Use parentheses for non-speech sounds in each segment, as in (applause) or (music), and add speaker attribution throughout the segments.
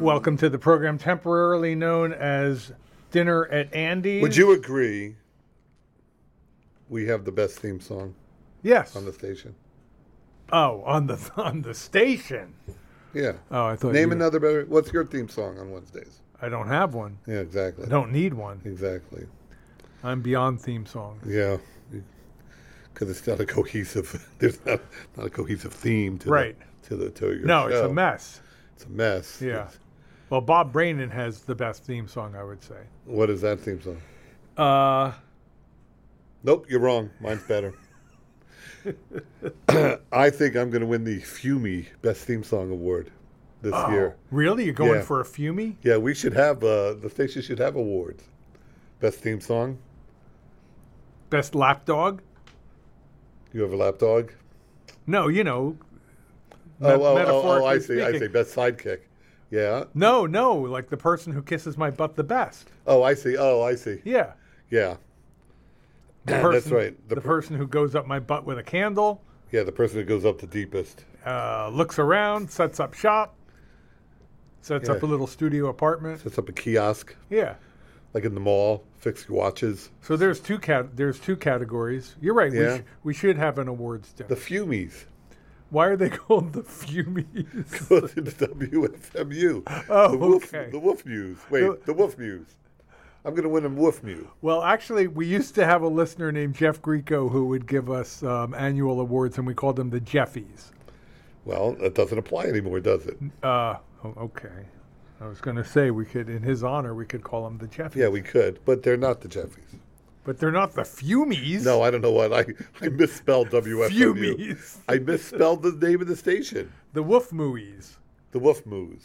Speaker 1: Welcome to the program temporarily known as Dinner at Andy's.
Speaker 2: Would you agree? We have the best theme song
Speaker 1: Yes.
Speaker 2: on the station.
Speaker 1: oh, on the (laughs) on the station.
Speaker 2: Yeah.
Speaker 1: Oh, I thought
Speaker 2: Name
Speaker 1: you-
Speaker 2: another better. What's your theme song on Wednesdays?
Speaker 1: I don't have one.
Speaker 2: Yeah, exactly.
Speaker 1: I don't need one.
Speaker 2: Exactly.
Speaker 1: I'm beyond theme songs.
Speaker 2: Yeah. Because it's not a cohesive. (laughs) There's not, not a cohesive theme to
Speaker 1: Right.
Speaker 2: the, to the to your
Speaker 1: No, it's a
Speaker 2: show.
Speaker 1: mess.
Speaker 2: It's a mess.
Speaker 1: Yeah.
Speaker 2: It's-
Speaker 1: Well, Bob Brainan has the best theme song, I would say.
Speaker 2: what is that theme song?
Speaker 1: Uh,
Speaker 2: Nope, you're wrong. Mine's
Speaker 1: (laughs)
Speaker 2: better. (coughs) I think I'm going to win the Fumi Best Theme Song Award this
Speaker 1: Oh.
Speaker 2: year.
Speaker 1: really? You're going
Speaker 2: Yeah.
Speaker 1: for a Fumi?
Speaker 2: Yeah, we should have uh, the station should have awards. Best theme song.
Speaker 1: Best lapdog?
Speaker 2: You have a lapdog.
Speaker 1: No, you know.
Speaker 2: Oh, oh, oh, oh,
Speaker 1: metaphorically
Speaker 2: I see. I
Speaker 1: speaking.
Speaker 2: see. Best sidekick. Yeah.
Speaker 1: No, no, like the person who kisses my butt the best.
Speaker 2: Oh, I see. Oh, I see.
Speaker 1: Yeah.
Speaker 2: Yeah.
Speaker 1: The
Speaker 2: That's
Speaker 1: person,
Speaker 2: right.
Speaker 1: The,
Speaker 2: The per-
Speaker 1: person who goes up my butt with a candle,
Speaker 2: Yeah, the person who goes up the deepest.
Speaker 1: uh, looks around, sets up shop, sets up a
Speaker 2: Yeah.
Speaker 1: little studio apartment.
Speaker 2: Sets up a kiosk,
Speaker 1: Yeah.
Speaker 2: like in the mall, fix your watches.
Speaker 1: So there's two cat there's two categories. You're right. We,
Speaker 2: Yeah.
Speaker 1: sh- we should have an awards dinner.
Speaker 2: The Fumies. (laughs)
Speaker 1: Why are they (laughs) called the Fumies?
Speaker 2: Go to the WFMU.
Speaker 1: Oh,
Speaker 2: the wolf,
Speaker 1: okay.
Speaker 2: The Wolf News. Wait,
Speaker 1: No.
Speaker 2: the Wolf News. I'm going to win a Wolf News.
Speaker 1: Well, actually, we used to have a listener named Jeff Grieco who would give us um, annual awards, and we called them the Jeffies.
Speaker 2: Well, that doesn't apply anymore, does it?
Speaker 1: Uh, oh, okay. I was going to say we could, in his honor, we could call them the Jeffies.
Speaker 2: Yeah, we could, but they're not the Jeffies.
Speaker 1: But they're not the Fumies.
Speaker 2: No, I don't know what I I misspelled WFMU.
Speaker 1: Fumies.
Speaker 2: I misspelled the name of the station.
Speaker 1: (laughs) The Wolf Mooies.
Speaker 2: The Wolf Moos.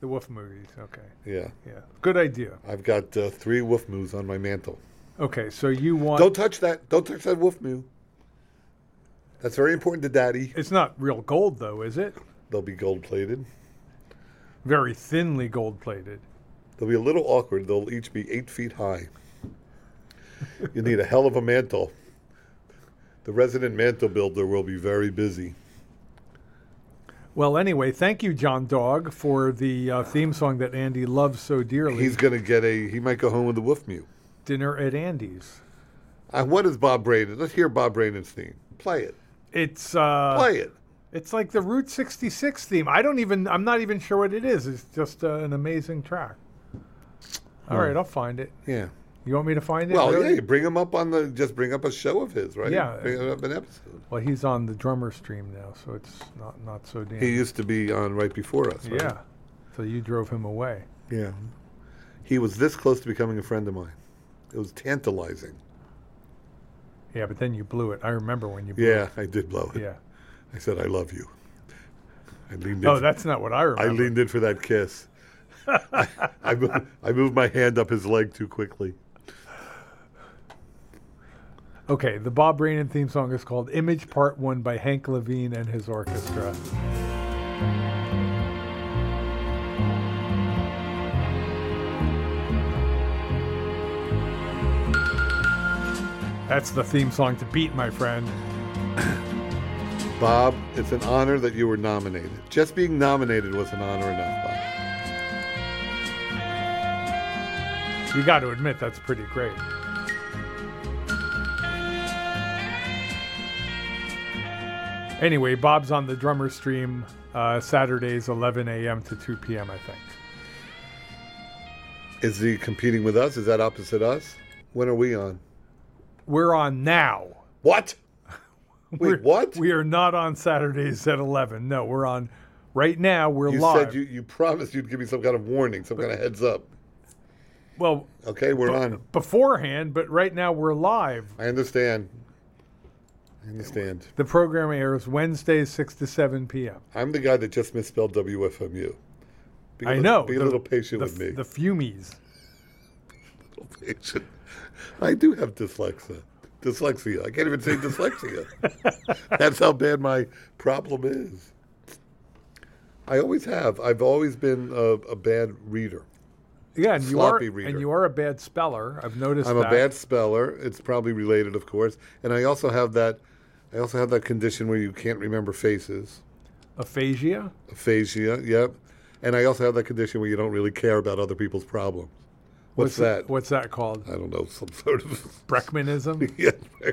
Speaker 1: The Wolf Mooies. Okay.
Speaker 2: Yeah,
Speaker 1: Yeah. Good idea.
Speaker 2: I've got uh, three Wolf Moos on my mantle.
Speaker 1: Okay, so you want.
Speaker 2: Don't touch that. Don't touch that Wolf Moo. That's very important to Daddy.
Speaker 1: it's not real gold, though, is it?
Speaker 2: They'll be gold plated.
Speaker 1: Very thinly gold plated.
Speaker 2: They'll be a little awkward. They'll each be eight feet high. You need a hell of a mantle. The resident mantle builder will be very busy.
Speaker 1: Well, anyway, thank you, John Dog, for the uh, theme song that Andy loves so dearly
Speaker 2: He's gonna get a. He might go home with a Wolf Moo.
Speaker 1: Dinner at Andy's.
Speaker 2: Uh, what is Bob Brandon? Let's hear Bob Brandon's theme. Play it.
Speaker 1: It's uh,
Speaker 2: Play it.
Speaker 1: it's like the Route 66 theme. I don't even I'm not even sure what it is. It's just uh, an amazing track. All right, I'll find it.
Speaker 2: Yeah.
Speaker 1: You want me to find it?
Speaker 2: Hmm. Well,
Speaker 1: Really?
Speaker 2: yeah, you bring him up on the just bring up a show of his, right?
Speaker 1: Yeah.
Speaker 2: Bring up an episode.
Speaker 1: Well, he's on the drummer stream now, so it's not not so damn.
Speaker 2: He used to be on right before us. Right?
Speaker 1: yeah. So you drove him away.
Speaker 2: Yeah. He was this close to becoming a friend of mine. It was tantalizing.
Speaker 1: Yeah, but then you blew it. I remember when you blew
Speaker 2: Yeah, I did blow
Speaker 1: it.
Speaker 2: it.
Speaker 1: Yeah.
Speaker 2: I said, I love you. I leaned in.
Speaker 1: Oh, that's not what I
Speaker 2: I
Speaker 1: remember.
Speaker 2: leaned in for
Speaker 1: (laughs)
Speaker 2: that kiss. I, I, moved, I moved my hand up his leg too quickly.
Speaker 1: Okay, the Bob Brainan theme song is called Image Part 1 by Hank Levine and his orchestra. That's the theme song to beat, my friend.
Speaker 2: Bob, it's an honor that you were nominated. Just being nominated was an honor enough, Bob.
Speaker 1: You got to admit, that's pretty great. Anyway, Bob's on the drummer stream uh, Saturdays, 11 a.m. to 2 p.m., I think.
Speaker 2: Is he competing with us? Is that opposite us? When are we on?
Speaker 1: We're on now.
Speaker 2: What?
Speaker 1: We're-
Speaker 2: Wait, what?
Speaker 1: We are not on Saturdays at 11. No, we're on right now. We're
Speaker 2: you
Speaker 1: live.
Speaker 2: said you, you promised you'd give me some kind of warning, some kind of heads up.
Speaker 1: well,
Speaker 2: Okay, we're on.
Speaker 1: beforehand, but right now we're live.
Speaker 2: I understand. I understand.
Speaker 1: The program airs Wednesdays, 6 to 7 p.m.
Speaker 2: I'm the guy that just misspelled WFMU. Be a
Speaker 1: I
Speaker 2: little-
Speaker 1: know.
Speaker 2: Be a
Speaker 1: the-
Speaker 2: little patient
Speaker 1: the,
Speaker 2: with me.
Speaker 1: The Fumies.
Speaker 2: (laughs) patient. I do have dyslexia. Dyslexia. I can't even
Speaker 1: (laughs)
Speaker 2: say dyslexia. That's how bad my problem is. I always have. I've always been a, a bad reader.
Speaker 1: Yeah, and you, are,
Speaker 2: Sloppy reader.
Speaker 1: and you are a bad speller. I've noticed
Speaker 2: I'm
Speaker 1: that.
Speaker 2: a bad speller. It's probably related, of course. And I also have that. I also have that condition where you can't remember faces.
Speaker 1: Aphasia?
Speaker 2: Aphasia. Yep. And I also have that condition where you don't really care about other people's problems. What's, that? Uh,
Speaker 1: What's that called?
Speaker 2: I don't know, some sort of (laughs)
Speaker 1: Breckmanism?
Speaker 2: yeah, (laughs)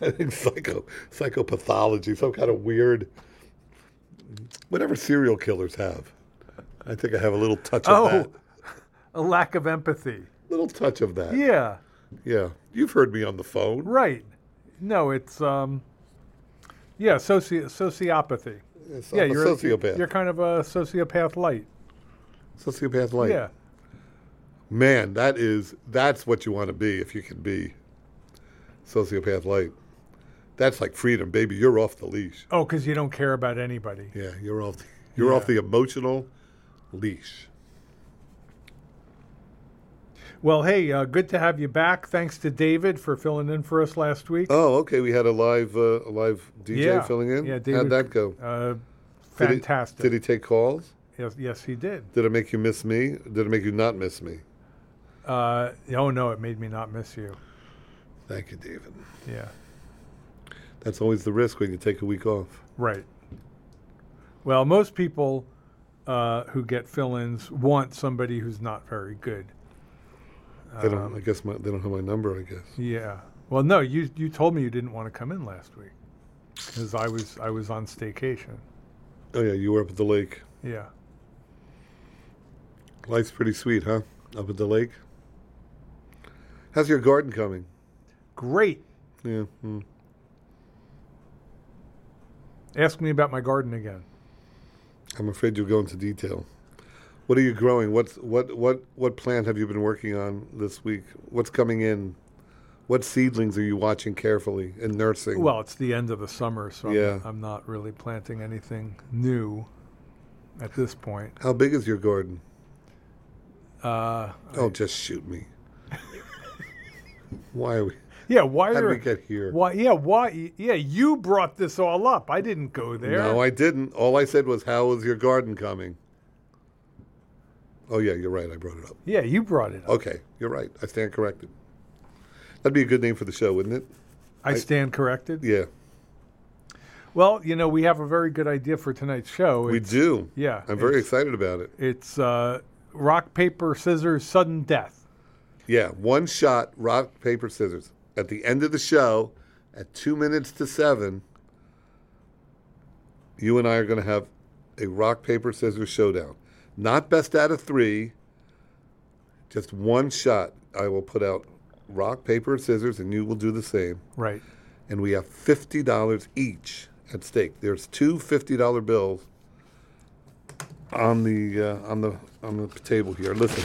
Speaker 2: I think psycho psychopathology, some kind of weird, whatever serial killers have. I think I have a little touch of that.
Speaker 1: Oh, a lack of empathy.
Speaker 2: Little touch of that. Yeah.
Speaker 1: Yeah,
Speaker 2: you've heard me on the phone.
Speaker 1: right. No, it's um, yeah, soci- sociopathy.
Speaker 2: Yes,
Speaker 1: yeah,
Speaker 2: I'm a
Speaker 1: you're
Speaker 2: sociopath.
Speaker 1: You're kind of a sociopath light.
Speaker 2: sociopath light.
Speaker 1: Yeah,
Speaker 2: Man, that is that's what you want to be if you can be sociopath light. That's like freedom, baby. You're off the leash.
Speaker 1: Oh, because you don't care about anybody.
Speaker 2: Yeah, you're off. The, you're off the emotional leash.
Speaker 1: Well, hey, uh, good to have you back. Thanks to David for filling in for us last week.
Speaker 2: Oh, okay. We had a live uh, a live DJ
Speaker 1: Yeah.
Speaker 2: filling in.
Speaker 1: Yeah,
Speaker 2: How'd
Speaker 1: David-
Speaker 2: that go?
Speaker 1: Uh,
Speaker 2: Did he-
Speaker 1: fantastic.
Speaker 2: Did he, take calls?
Speaker 1: yes, yes, he did.
Speaker 2: Did it make you miss me? Did it make you not miss me?
Speaker 1: Uh, oh no, it made me not miss you.
Speaker 2: Thank you, David.
Speaker 1: Yeah,
Speaker 2: That's always the risk when you take a week off.
Speaker 1: right. Well, most people uh, who get fill-ins want somebody who's not very good. Um,
Speaker 2: They don't. I guess my, they don't have my number. I guess.
Speaker 1: Yeah. Well, no, you you told me you didn't want to come in last week because I was I was on staycation.
Speaker 2: Oh yeah, you were up at the lake.
Speaker 1: Yeah.
Speaker 2: Life's pretty sweet, huh? Up at the lake. How's your garden coming?
Speaker 1: Great.
Speaker 2: Yeah. mm.
Speaker 1: Ask me about my garden again.
Speaker 2: I'm afraid you'll go into detail. What are you growing? What's what what what plant have you been working on this week? What's coming in? What seedlings are you watching carefully and nursing?
Speaker 1: Well, it's the end of the summer, so I'm-
Speaker 2: Yeah.
Speaker 1: I'm, not really planting anything new at this point.
Speaker 2: how big is your garden?
Speaker 1: Uh,
Speaker 2: Oh, just shoot
Speaker 1: (laughs)
Speaker 2: me. Why are we?
Speaker 1: yeah, why
Speaker 2: How did
Speaker 1: are
Speaker 2: we get here?
Speaker 1: why yeah why yeah you brought this all up? I didn't go there.
Speaker 2: No, I didn't. All I said was, "How is your garden coming?" Oh yeah, you're right. I brought it up.
Speaker 1: yeah, you brought it up.
Speaker 2: Okay, you're right. I stand corrected. That'd be a good name for the show, wouldn't it?
Speaker 1: I stand corrected.
Speaker 2: Yeah,
Speaker 1: Well, you know we have a very good idea for tonight's show.
Speaker 2: we
Speaker 1: It's-
Speaker 2: do.
Speaker 1: yeah,
Speaker 2: I'm very
Speaker 1: it's-
Speaker 2: excited about it.
Speaker 1: It's uh, rock paper scissors sudden death.
Speaker 2: Yeah, one shot, rock, paper, scissors. At the end of the show, at two minutes to seven, you and I are going to have a rock, paper, scissors showdown. Not best out of three, just one shot. I will put out rock, paper, scissors, and you will do the same.
Speaker 1: Right.
Speaker 2: And we have $50 each at stake. There's two $50 bills on the uh, on the on the table here. Listen.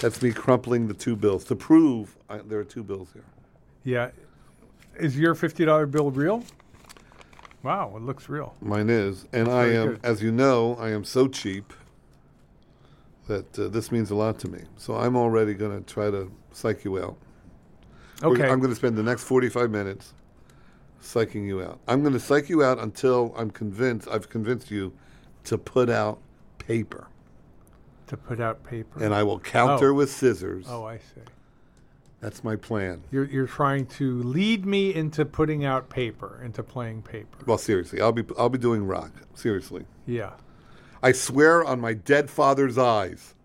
Speaker 2: That's me crumpling the two bills to prove I, there are two bills here.
Speaker 1: Yeah. Is your fifty dollar bill real? Wow, it looks real.
Speaker 2: Mine is, and I
Speaker 1: very
Speaker 2: am,
Speaker 1: good.
Speaker 2: as you know, I am so cheap that uh, this means a lot to me. So I'm already going to try to psych you out. We're-
Speaker 1: Okay.
Speaker 2: Oh, I'm going to spend the next 45 minutes psyching you out. I'm going to psych you out until I'm convinced I've convinced you to put out paper,
Speaker 1: to put out paper.
Speaker 2: and I will counter
Speaker 1: Oh.
Speaker 2: with scissors.
Speaker 1: oh, I see.
Speaker 2: That's my plan.
Speaker 1: You're, you're trying to lead me into putting out paper, into playing paper.
Speaker 2: Well, seriously, I'll be I'll be doing rock. Seriously.
Speaker 1: Yeah.
Speaker 2: I swear on my dead father's eyes,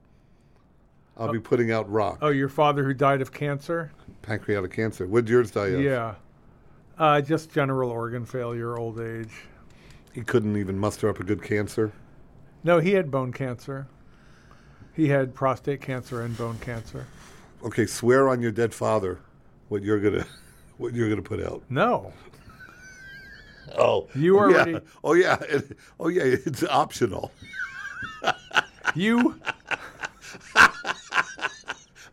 Speaker 2: I'll be putting out rock.
Speaker 1: Oh, your father who died of cancer?
Speaker 2: Pancreatic cancer. What did yours die of?
Speaker 1: Yeah. Uh, just general organ failure, old age.
Speaker 2: He couldn't even muster up a good cancer.
Speaker 1: No, he had bone cancer. He had prostate cancer and bone cancer.
Speaker 2: Okay, swear on your dead father what you're gonna (laughs) what you're gonna put out.
Speaker 1: No.
Speaker 2: Oh,
Speaker 1: You
Speaker 2: oh, yeah.
Speaker 1: already-
Speaker 2: (laughs) Oh yeah. It- oh yeah. It's optional.
Speaker 1: You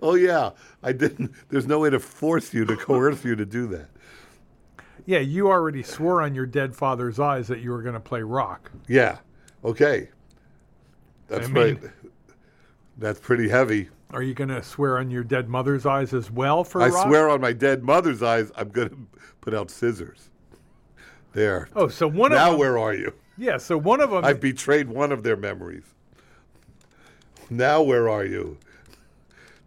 Speaker 2: Oh yeah. I didn't. There's no way to force you to coerce you to do that.
Speaker 1: Yeah, you already swore on your dead father's eyes that you were going to play rock.
Speaker 2: Yeah. Okay. That's
Speaker 1: I mean-
Speaker 2: right. That's pretty heavy.
Speaker 1: Are you going to swear on your dead mother's eyes as well for
Speaker 2: I
Speaker 1: rock?
Speaker 2: swear on my dead mother's eyes, I'm going to put out scissors. There.
Speaker 1: Oh, so one of
Speaker 2: now
Speaker 1: them,
Speaker 2: where are you?
Speaker 1: yeah, so one of them
Speaker 2: I've betrayed one of their memories. Now where are you?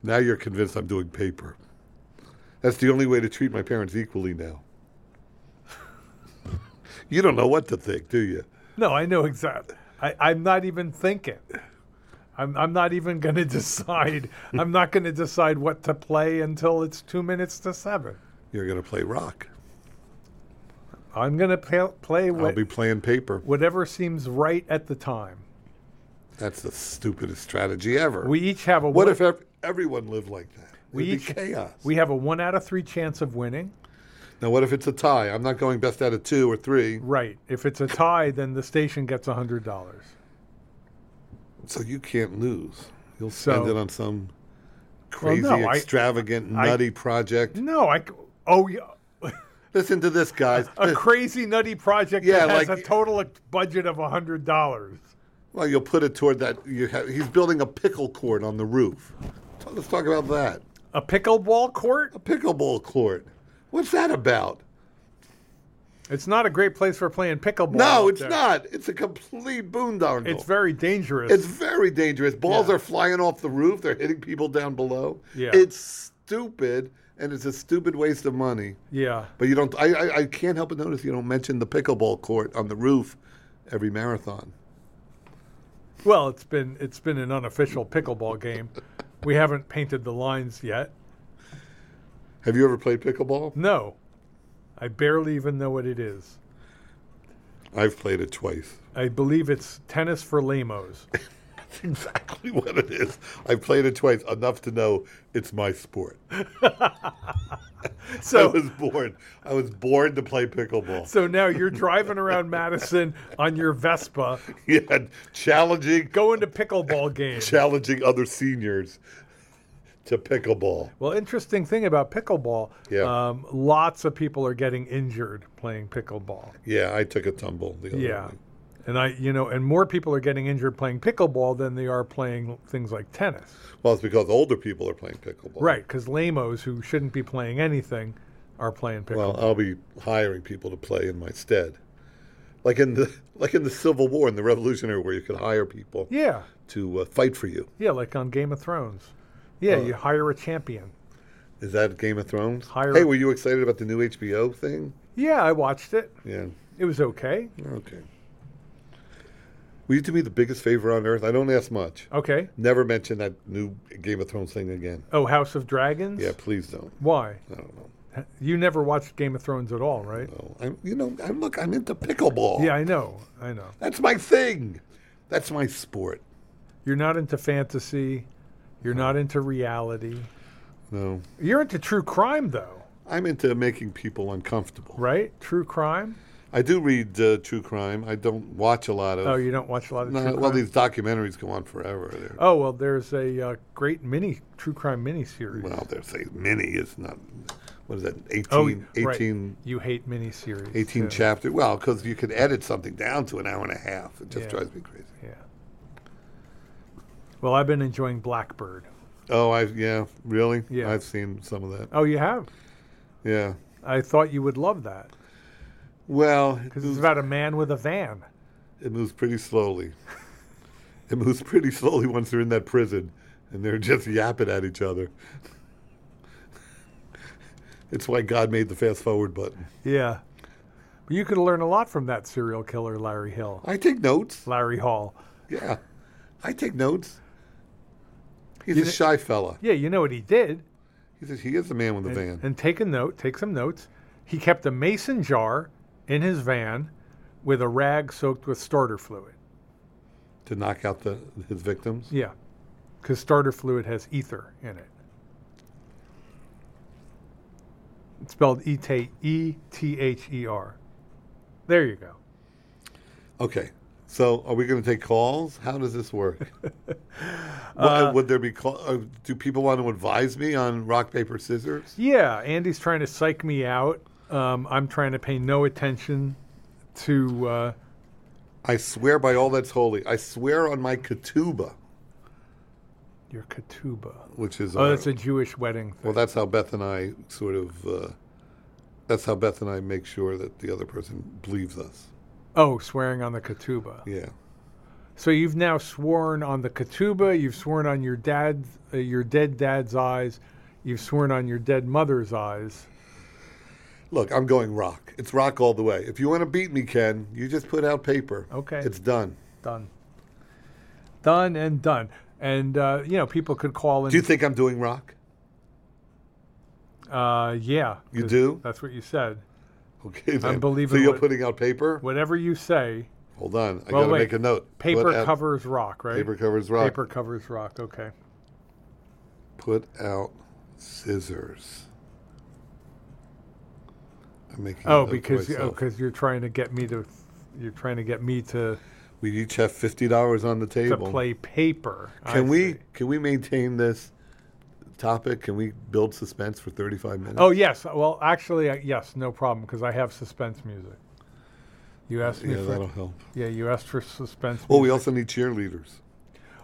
Speaker 2: Now you're convinced I'm doing paper. That's the only way to treat my parents equally now. (laughs) You don't know what to think, do you?
Speaker 1: No, I know exactly. I, I'm not even thinking. I'm, I'm not even going to (laughs) decide. I'm not going to decide what to play until it's two minutes to seven.
Speaker 2: You're going to play rock.
Speaker 1: I'm going to play, play
Speaker 2: I'll
Speaker 1: what,
Speaker 2: be playing paper.
Speaker 1: whatever seems right at the time.
Speaker 2: That's the stupidest strategy ever.
Speaker 1: We each have a
Speaker 2: what
Speaker 1: one,
Speaker 2: if ev- everyone lived like that? It'd
Speaker 1: We
Speaker 2: be
Speaker 1: each-
Speaker 2: chaos.
Speaker 1: we have a one out of three chance of winning.
Speaker 2: now, what if it's a tie? I'm not going best out of two or three.
Speaker 1: Right. If it's a tie, then the station gets a hundred dollars.
Speaker 2: So you can't lose. You'll spend
Speaker 1: So-
Speaker 2: it on some
Speaker 1: Well,
Speaker 2: crazy,
Speaker 1: no, I-
Speaker 2: extravagant,
Speaker 1: I- Mm-hmm.
Speaker 2: nutty project.
Speaker 1: No, I. c- Oh, yeah.
Speaker 2: Listen to this, guys.
Speaker 1: A crazy nutty project
Speaker 2: Yeah,
Speaker 1: that has
Speaker 2: like-
Speaker 1: a total budget of a hundred dollars.
Speaker 2: well, you'll put it toward that. You have, he's building a pickle court on the roof. So Let's talk about that.
Speaker 1: A pickleball court?
Speaker 2: A pickleball court. What's that about?
Speaker 1: It's not a great place for playing pickleball.
Speaker 2: No,
Speaker 1: out
Speaker 2: it's
Speaker 1: there.
Speaker 2: not. It's a complete boondoggle.
Speaker 1: It's very dangerous.
Speaker 2: It's very dangerous. Balls
Speaker 1: Yeah.
Speaker 2: are flying off the roof. They're hitting people down below.
Speaker 1: Yeah.
Speaker 2: It's stupid, and it's a stupid waste of money.
Speaker 1: yeah.
Speaker 2: But you don't. I, I, I can't help but notice you don't mention the pickleball court on the roof every marathon.
Speaker 1: Well, it's been it's been an unofficial pickleball game. We haven't painted the lines yet.
Speaker 2: Have you ever played pickleball?
Speaker 1: No, I barely even know what it is.
Speaker 2: I've played it twice. (laughs)
Speaker 1: I believe it's tennis for lamos.
Speaker 2: That's exactly what it is. I played it twice enough to know it's my sport. I
Speaker 1: (laughs) So
Speaker 2: was born. I was born to play pickleball.
Speaker 1: so now you're driving around Madison on your Vespa,
Speaker 2: (laughs) Yeah, challenging,
Speaker 1: going to pickleball games.
Speaker 2: challenging other seniors to pickleball.
Speaker 1: Well, interesting thing about pickleball,
Speaker 2: Yeah.
Speaker 1: um, lots of people are getting injured playing pickleball.
Speaker 2: Yeah, I took a tumble. The other
Speaker 1: Yeah.
Speaker 2: night.
Speaker 1: And I, you know, and more people are getting injured playing pickleball than they are playing things like tennis.
Speaker 2: Well, it's because older people are playing pickleball.
Speaker 1: Right, because lamos who shouldn't be playing anything are playing pickleball.
Speaker 2: Well, I'll be hiring people to play in my stead, like in the (laughs) like in the Civil War and the Revolutionary War, you could hire people
Speaker 1: yeah,
Speaker 2: to uh, fight for you.
Speaker 1: yeah, like on Game of Thrones. Yeah,
Speaker 2: Oh.
Speaker 1: you hire a champion.
Speaker 2: Is that Game of Thrones?
Speaker 1: Hire-
Speaker 2: Hey, were you excited about the new HBO thing?
Speaker 1: Yeah, I watched it.
Speaker 2: Yeah.
Speaker 1: It was okay.
Speaker 2: Okay. Will you do me the biggest favor on earth? I don't ask much.
Speaker 1: Okay.
Speaker 2: Never mention that new Game of Thrones thing again.
Speaker 1: Oh, House of Dragons.
Speaker 2: Yeah, please don't.
Speaker 1: Why?
Speaker 2: I don't know.
Speaker 1: You never watched Game of Thrones at all, right?
Speaker 2: No, I'm, you know, I'm look. I'm into pickleball.
Speaker 1: Yeah, I know. I know.
Speaker 2: That's my thing. That's my sport.
Speaker 1: You're not into fantasy. You're not into reality.
Speaker 2: No.
Speaker 1: You're into true crime, though,
Speaker 2: I'm into making people uncomfortable.
Speaker 1: right? True crime.
Speaker 2: I do read uh, true crime. I don't watch a lot of.
Speaker 1: Oh, you don't watch a lot of
Speaker 2: No,
Speaker 1: true crime.
Speaker 2: well, these documentaries go on forever. They're,
Speaker 1: oh well, there's a uh, great mini true crime mini series.
Speaker 2: Well, they're saying mini is not. What is that? 18,
Speaker 1: Oh,
Speaker 2: 18,
Speaker 1: right. You hate miniseries.
Speaker 2: 18
Speaker 1: yeah.
Speaker 2: chapter. Well, because you can edit something down to an hour and a half. It just
Speaker 1: Yeah.
Speaker 2: drives me crazy.
Speaker 1: Yeah. Well, I've been enjoying Blackbird.
Speaker 2: Oh, I yeah, really?
Speaker 1: Yeah.
Speaker 2: I've seen some of that.
Speaker 1: Oh, you have.
Speaker 2: Yeah.
Speaker 1: I thought you would love that
Speaker 2: Well, it
Speaker 1: because it's
Speaker 2: moves,
Speaker 1: about a man with a van.
Speaker 2: it moves pretty slowly. it moves pretty slowly once they're in that prison, and they're just yapping at each other. it's why God made the fast forward button.
Speaker 1: Yeah. But you could learn a lot from that serial killer, Larry Hill,
Speaker 2: I take notes.
Speaker 1: Larry Hall.
Speaker 2: Yeah, I take notes. He's
Speaker 1: You
Speaker 2: a
Speaker 1: kn-
Speaker 2: shy fella.
Speaker 1: Yeah, you know what he did.
Speaker 2: He says he is the man with the
Speaker 1: and,
Speaker 2: van.
Speaker 1: and take a note, take some notes. He kept a mason jar in his van with a rag soaked with starter fluid.
Speaker 2: to knock out the his victims.
Speaker 1: Yeah, because starter fluid has ether in it. It's spelled E T E T H E R. There you go.
Speaker 2: Okay. So, are we going to take calls? How does
Speaker 1: (laughs)
Speaker 2: this work? Wha- would there be call? Uh, do people want to advise me on rock paper scissors?
Speaker 1: Yeah, Andy's trying to psych me out. Um, I'm trying to pay no attention to. Uh,
Speaker 2: I swear by all that's holy. I swear on my ketubah,
Speaker 1: your ketubah.
Speaker 2: which is
Speaker 1: Oh,
Speaker 2: our-
Speaker 1: that's a Jewish wedding thing.
Speaker 2: well. That's how Beth and I sort of. Uh, that's how Beth and I make sure that the other person believes us.
Speaker 1: Oh, swearing on the ketubah.
Speaker 2: Yeah.
Speaker 1: So you've now sworn on the ketubah. You've sworn on your dad's, uh, your dead dad's eyes. You've sworn on your dead mother's eyes.
Speaker 2: Look, I'm going rock. It's rock all the way. If you want to beat me, Ken, you just put out paper.
Speaker 1: Okay.
Speaker 2: It's done.
Speaker 1: Done. Done and done. And, uh, you know, people could call in.
Speaker 2: Do you think I'm doing rock?
Speaker 1: uh, yeah.
Speaker 2: You
Speaker 1: 'cause
Speaker 2: do?
Speaker 1: That's what you said.
Speaker 2: Okay, then.
Speaker 1: believing
Speaker 2: So you're
Speaker 1: what-
Speaker 2: putting out paper.
Speaker 1: Whatever you say,
Speaker 2: Hold on, I
Speaker 1: Well,
Speaker 2: gotta
Speaker 1: wait.
Speaker 2: make a note.
Speaker 1: paper
Speaker 2: Put out-
Speaker 1: covers rock, right?
Speaker 2: Paper covers rock.
Speaker 1: Paper covers rock. Okay.
Speaker 2: Put out scissors. I'm making. a
Speaker 1: Oh,
Speaker 2: note to
Speaker 1: because you- oh,
Speaker 2: myself.
Speaker 1: 'cause you're trying to get me to, you're trying to get me to
Speaker 2: we each have fifty dollars on the
Speaker 1: to
Speaker 2: table.
Speaker 1: play paper. I
Speaker 2: Can we
Speaker 1: see.
Speaker 2: can we maintain this topic? Can we build suspense for thirty five minutes?
Speaker 1: Oh yes. Well, actually, I- yes, no problem because I have suspense music. You asked me
Speaker 2: yeah,
Speaker 1: for
Speaker 2: that'll help.
Speaker 1: yeah. You asked for suspense.
Speaker 2: Well,
Speaker 1: music.
Speaker 2: we also need cheerleaders.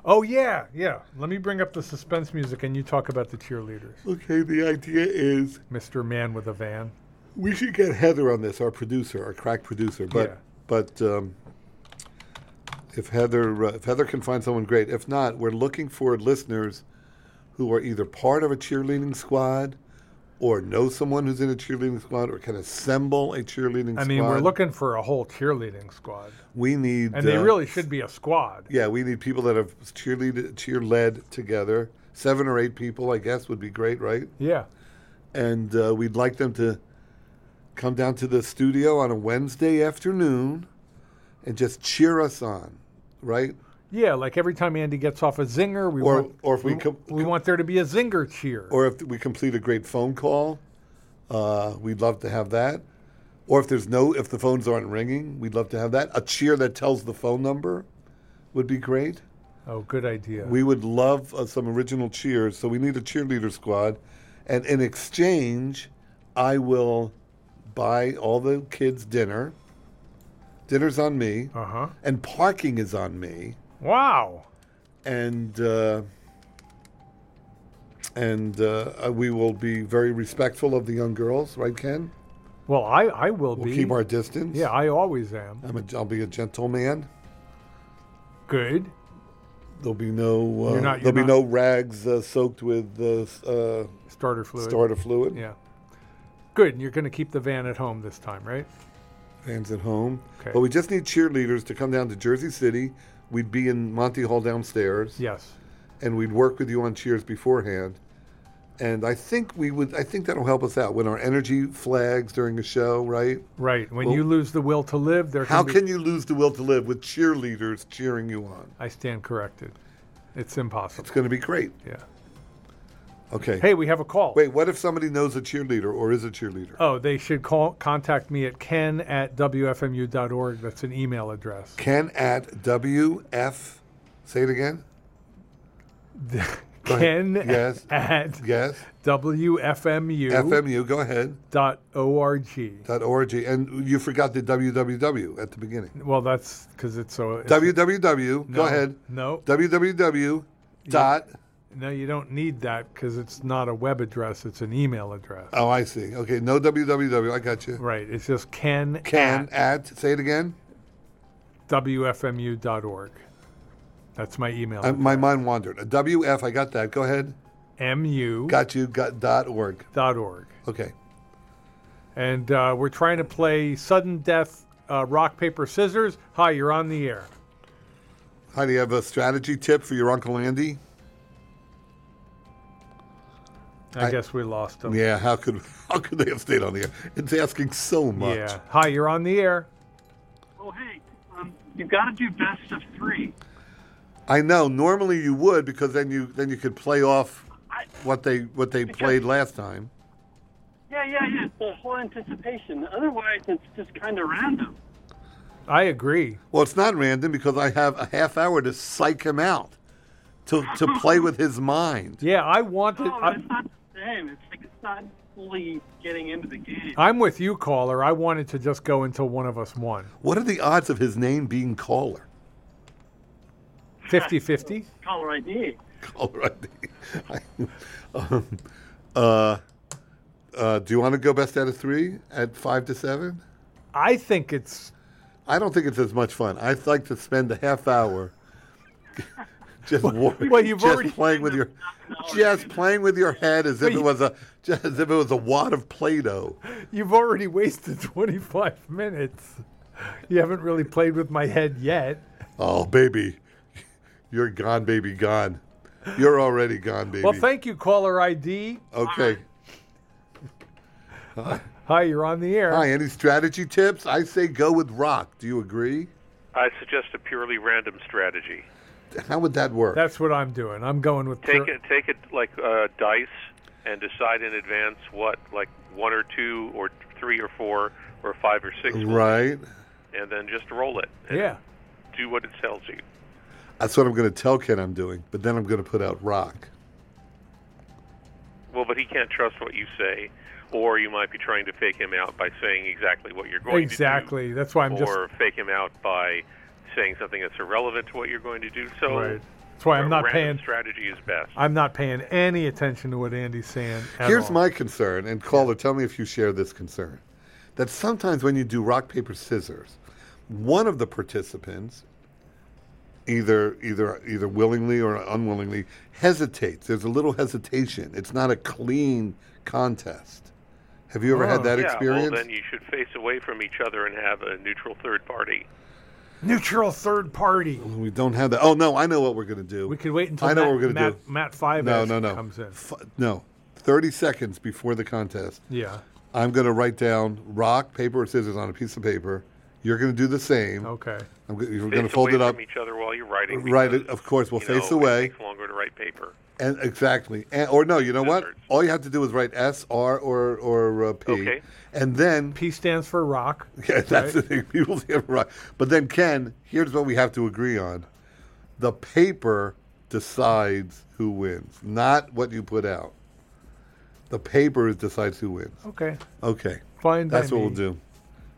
Speaker 1: Oh yeah, yeah. Let me bring up the suspense music and you talk about the cheerleaders.
Speaker 2: Okay, the idea is
Speaker 1: Mr. Man with a van.
Speaker 2: we should get Heather on this, our producer, our crack producer. But
Speaker 1: Yeah.
Speaker 2: but um, if Heather uh, if Heather can find someone great, if not, we're looking for listeners who are either part of a cheerleading squad or know someone who's in a cheerleading squad or can assemble a cheerleading squad.
Speaker 1: I mean, we're looking for a whole cheerleading squad,
Speaker 2: We need
Speaker 1: and they
Speaker 2: uh,
Speaker 1: really should be a squad.
Speaker 2: Yeah, we need people that have cheerlead cheer led together. Seven or eight people, I guess, would be great, right?
Speaker 1: Yeah.
Speaker 2: and uh, we'd like them to come down to the studio on a Wednesday afternoon and just cheer us on, right?
Speaker 1: Yeah, like every time Andy gets off a zinger, we
Speaker 2: Or
Speaker 1: want
Speaker 2: or if we com-
Speaker 1: we want there to be a zinger cheer.
Speaker 2: or if we complete a great phone call, uh, we'd love to have that. Or if there's no if the phones aren't ringing, we'd love to have that. A cheer that tells the phone number would be great.
Speaker 1: oh, good idea.
Speaker 2: We would love uh, some original cheers, so we need a cheerleader squad. And in exchange, I will buy all the kids dinner. Dinner's on me,
Speaker 1: uh huh.
Speaker 2: and parking is on me,
Speaker 1: Wow.
Speaker 2: and uh, and uh, uh, we will be very respectful of the young girls, right, Ken?
Speaker 1: Well, I I will
Speaker 2: We'll
Speaker 1: be.
Speaker 2: keep our distance.
Speaker 1: yeah, I always am.
Speaker 2: I'm a, I'll be a gentleman.
Speaker 1: Good.
Speaker 2: There'll be no uh,
Speaker 1: You're not-
Speaker 2: there'll
Speaker 1: you're
Speaker 2: be
Speaker 1: not-
Speaker 2: no rags uh, soaked with uh, s- uh,
Speaker 1: Starter fluid.
Speaker 2: starter fluid.
Speaker 1: Yeah. Good. And you're going to keep the van at home this time, right?
Speaker 2: fans at home.
Speaker 1: Okay.
Speaker 2: But we just need cheerleaders to come down to Jersey City. We'd be in Monty Hall downstairs,
Speaker 1: Yes.
Speaker 2: and we'd work with you on cheers beforehand. And I think we would. I think that'll help us out when our energy flags during a show, right?
Speaker 1: Right. When
Speaker 2: Well-
Speaker 1: you lose the will to live, there.
Speaker 2: How
Speaker 1: can, be,
Speaker 2: can you lose the will to live with cheerleaders cheering you on?
Speaker 1: I stand corrected? It's impossible.
Speaker 2: It's going to be great.
Speaker 1: Yeah.
Speaker 2: Okay.
Speaker 1: Hey, we have a call.
Speaker 2: Wait, what if somebody knows a cheerleader or is a cheerleader?
Speaker 1: Oh, they should call contact me at ken at wfmu.org. That's an email address.
Speaker 2: Ken at WF. Say it again.
Speaker 1: (laughs)
Speaker 2: ahead.
Speaker 1: Ken
Speaker 2: Yes.
Speaker 1: at
Speaker 2: Yes.
Speaker 1: wfmu.org.
Speaker 2: FMU. Go ahead. Dot org. And you forgot the www at the beginning.
Speaker 1: Well, that's because it's so. It's,
Speaker 2: www.
Speaker 1: no,
Speaker 2: Go ahead.
Speaker 1: No,
Speaker 2: www. Dot.
Speaker 1: no, you don't need that because it's not a web address. It's an email address.
Speaker 2: Oh, I see. Okay, no www. I got you.
Speaker 1: Right. It's just ken
Speaker 2: Can
Speaker 1: at
Speaker 2: at. Say it again.
Speaker 1: wfmu.org. That's Uh, my email.
Speaker 2: I, my mind wandered. A WF. I got that. Go ahead.
Speaker 1: mu
Speaker 2: Got you. Got dot org.
Speaker 1: dot org.
Speaker 2: Okay.
Speaker 1: And uh, we're trying to play sudden death uh, rock paper scissors. Hi, you're on the air.
Speaker 2: Hi, do you have a strategy tip for your Uncle Andy?
Speaker 1: I,
Speaker 2: I-
Speaker 1: guess we lost him.
Speaker 2: Yeah. How could (laughs) how could they have stayed on the air? It's asking so much.
Speaker 1: yeah. Hi, you're on the air.
Speaker 3: Well, hey, um, you've got to do best of three.
Speaker 2: I know. Normally you would because then you then you could play off
Speaker 3: I,
Speaker 2: what they what they played last time.
Speaker 3: yeah, yeah, yeah. it's The whole anticipation. Otherwise, it's just kind of random.
Speaker 1: I agree.
Speaker 2: Well, it's not random because I have a half hour to psych him out, to to play with his mind.
Speaker 1: Yeah, I wanted.
Speaker 3: No,
Speaker 1: I,
Speaker 3: it's Oh, not the same. It's like it's not fully getting into the game.
Speaker 1: I'm with you, caller. I wanted to just go until one of us won.
Speaker 2: What are the odds of his name being caller? (laughs)
Speaker 1: 50 50?
Speaker 3: Caller ID.
Speaker 2: Caller ID. (laughs) um, uh, uh, do you want to go best out of three at five to seven?
Speaker 1: I think it's.
Speaker 2: I don't think it's as much fun. I'd like to spend a half hour (laughs) just, war-
Speaker 1: well, you've
Speaker 2: just
Speaker 1: already- (laughs)
Speaker 2: playing with your just playing with your head as if
Speaker 1: Well,
Speaker 2: it
Speaker 1: you-
Speaker 2: was a just as if it was a wad of play-doh.
Speaker 1: You've already wasted 25 minutes. You haven't really played with my head yet.
Speaker 2: Oh, baby, you're gone, baby, gone. You're already gone, baby.
Speaker 1: Well, thank you, caller ID.
Speaker 2: okay.
Speaker 1: Hi, you're on the air.
Speaker 2: Hi, any strategy tips? I say go with rock. Do you agree?
Speaker 4: I suggest a purely random strategy.
Speaker 2: How would that work?
Speaker 1: That's what I'm doing. I'm going with
Speaker 4: Take
Speaker 1: pure-
Speaker 4: it, take it like uh, dice, and decide in advance what, like one or two, or three or four, or five or six, will-
Speaker 2: right.
Speaker 4: and then just roll it. and
Speaker 1: Yeah.
Speaker 4: Do what it tells you.
Speaker 2: That's what I'm going to tell Ken I'm doing, but then I'm going to put out rock.
Speaker 4: Well, but he can't trust what you say, or you might be trying to fake him out by saying exactly what you're going
Speaker 1: Exactly.
Speaker 4: to do.
Speaker 1: That's why I'm just
Speaker 4: or fake him out by saying something that's irrelevant to what you're going to do. So
Speaker 1: Right. That's why
Speaker 4: a
Speaker 1: I'm not paying.
Speaker 4: random strategy is best.
Speaker 1: I'm not paying any attention to what Andy's saying. at
Speaker 2: Here's
Speaker 1: all.
Speaker 2: my concern, and caller, tell me if you share this concern. That sometimes when you do rock paper scissors, one of the participants, either either either willingly or unwillingly, hesitates. There's a little hesitation. It's not a clean contest. Have you ever
Speaker 1: Oh.
Speaker 2: had that
Speaker 4: yeah,
Speaker 2: experience?
Speaker 4: well, then you should face away from each other and have a neutral third party.
Speaker 1: neutral third party.
Speaker 2: we don't have that. Oh no, I know what we're gonna do.
Speaker 1: We could wait until
Speaker 2: I know
Speaker 1: Matt,
Speaker 2: what we're gonna
Speaker 1: Matt,
Speaker 2: do.
Speaker 1: Matt Five
Speaker 2: no, no, no.
Speaker 1: comes in.
Speaker 2: F- no, thirty seconds before the contest.
Speaker 1: Yeah.
Speaker 2: I'm going to write down rock, paper, or scissors on a piece of paper. You're going to do the same.
Speaker 1: Okay.
Speaker 2: I'm go- we're
Speaker 4: Face
Speaker 2: going to fold
Speaker 4: away
Speaker 2: it up.
Speaker 4: from each other while you're writing.
Speaker 2: Right,
Speaker 4: because,
Speaker 2: of course, we'll
Speaker 4: you
Speaker 2: face
Speaker 4: know,
Speaker 2: away.
Speaker 4: It takes longer to write paper.
Speaker 2: And exactly. And, or no, you know what?
Speaker 4: Scissors.
Speaker 2: All you have to do is write S, R, or or uh, P.
Speaker 4: Okay.
Speaker 2: And then (laughs)
Speaker 1: P stands for rock.
Speaker 2: yeah, that's
Speaker 1: right?
Speaker 2: the thing. (laughs) People say rock. But then Ken, here's what we have to agree on: the paper decides who wins, not what you put out. The paper decides who wins.
Speaker 1: Okay.
Speaker 2: Okay.
Speaker 1: Fine. by
Speaker 2: That's what we'll
Speaker 1: me.
Speaker 2: do.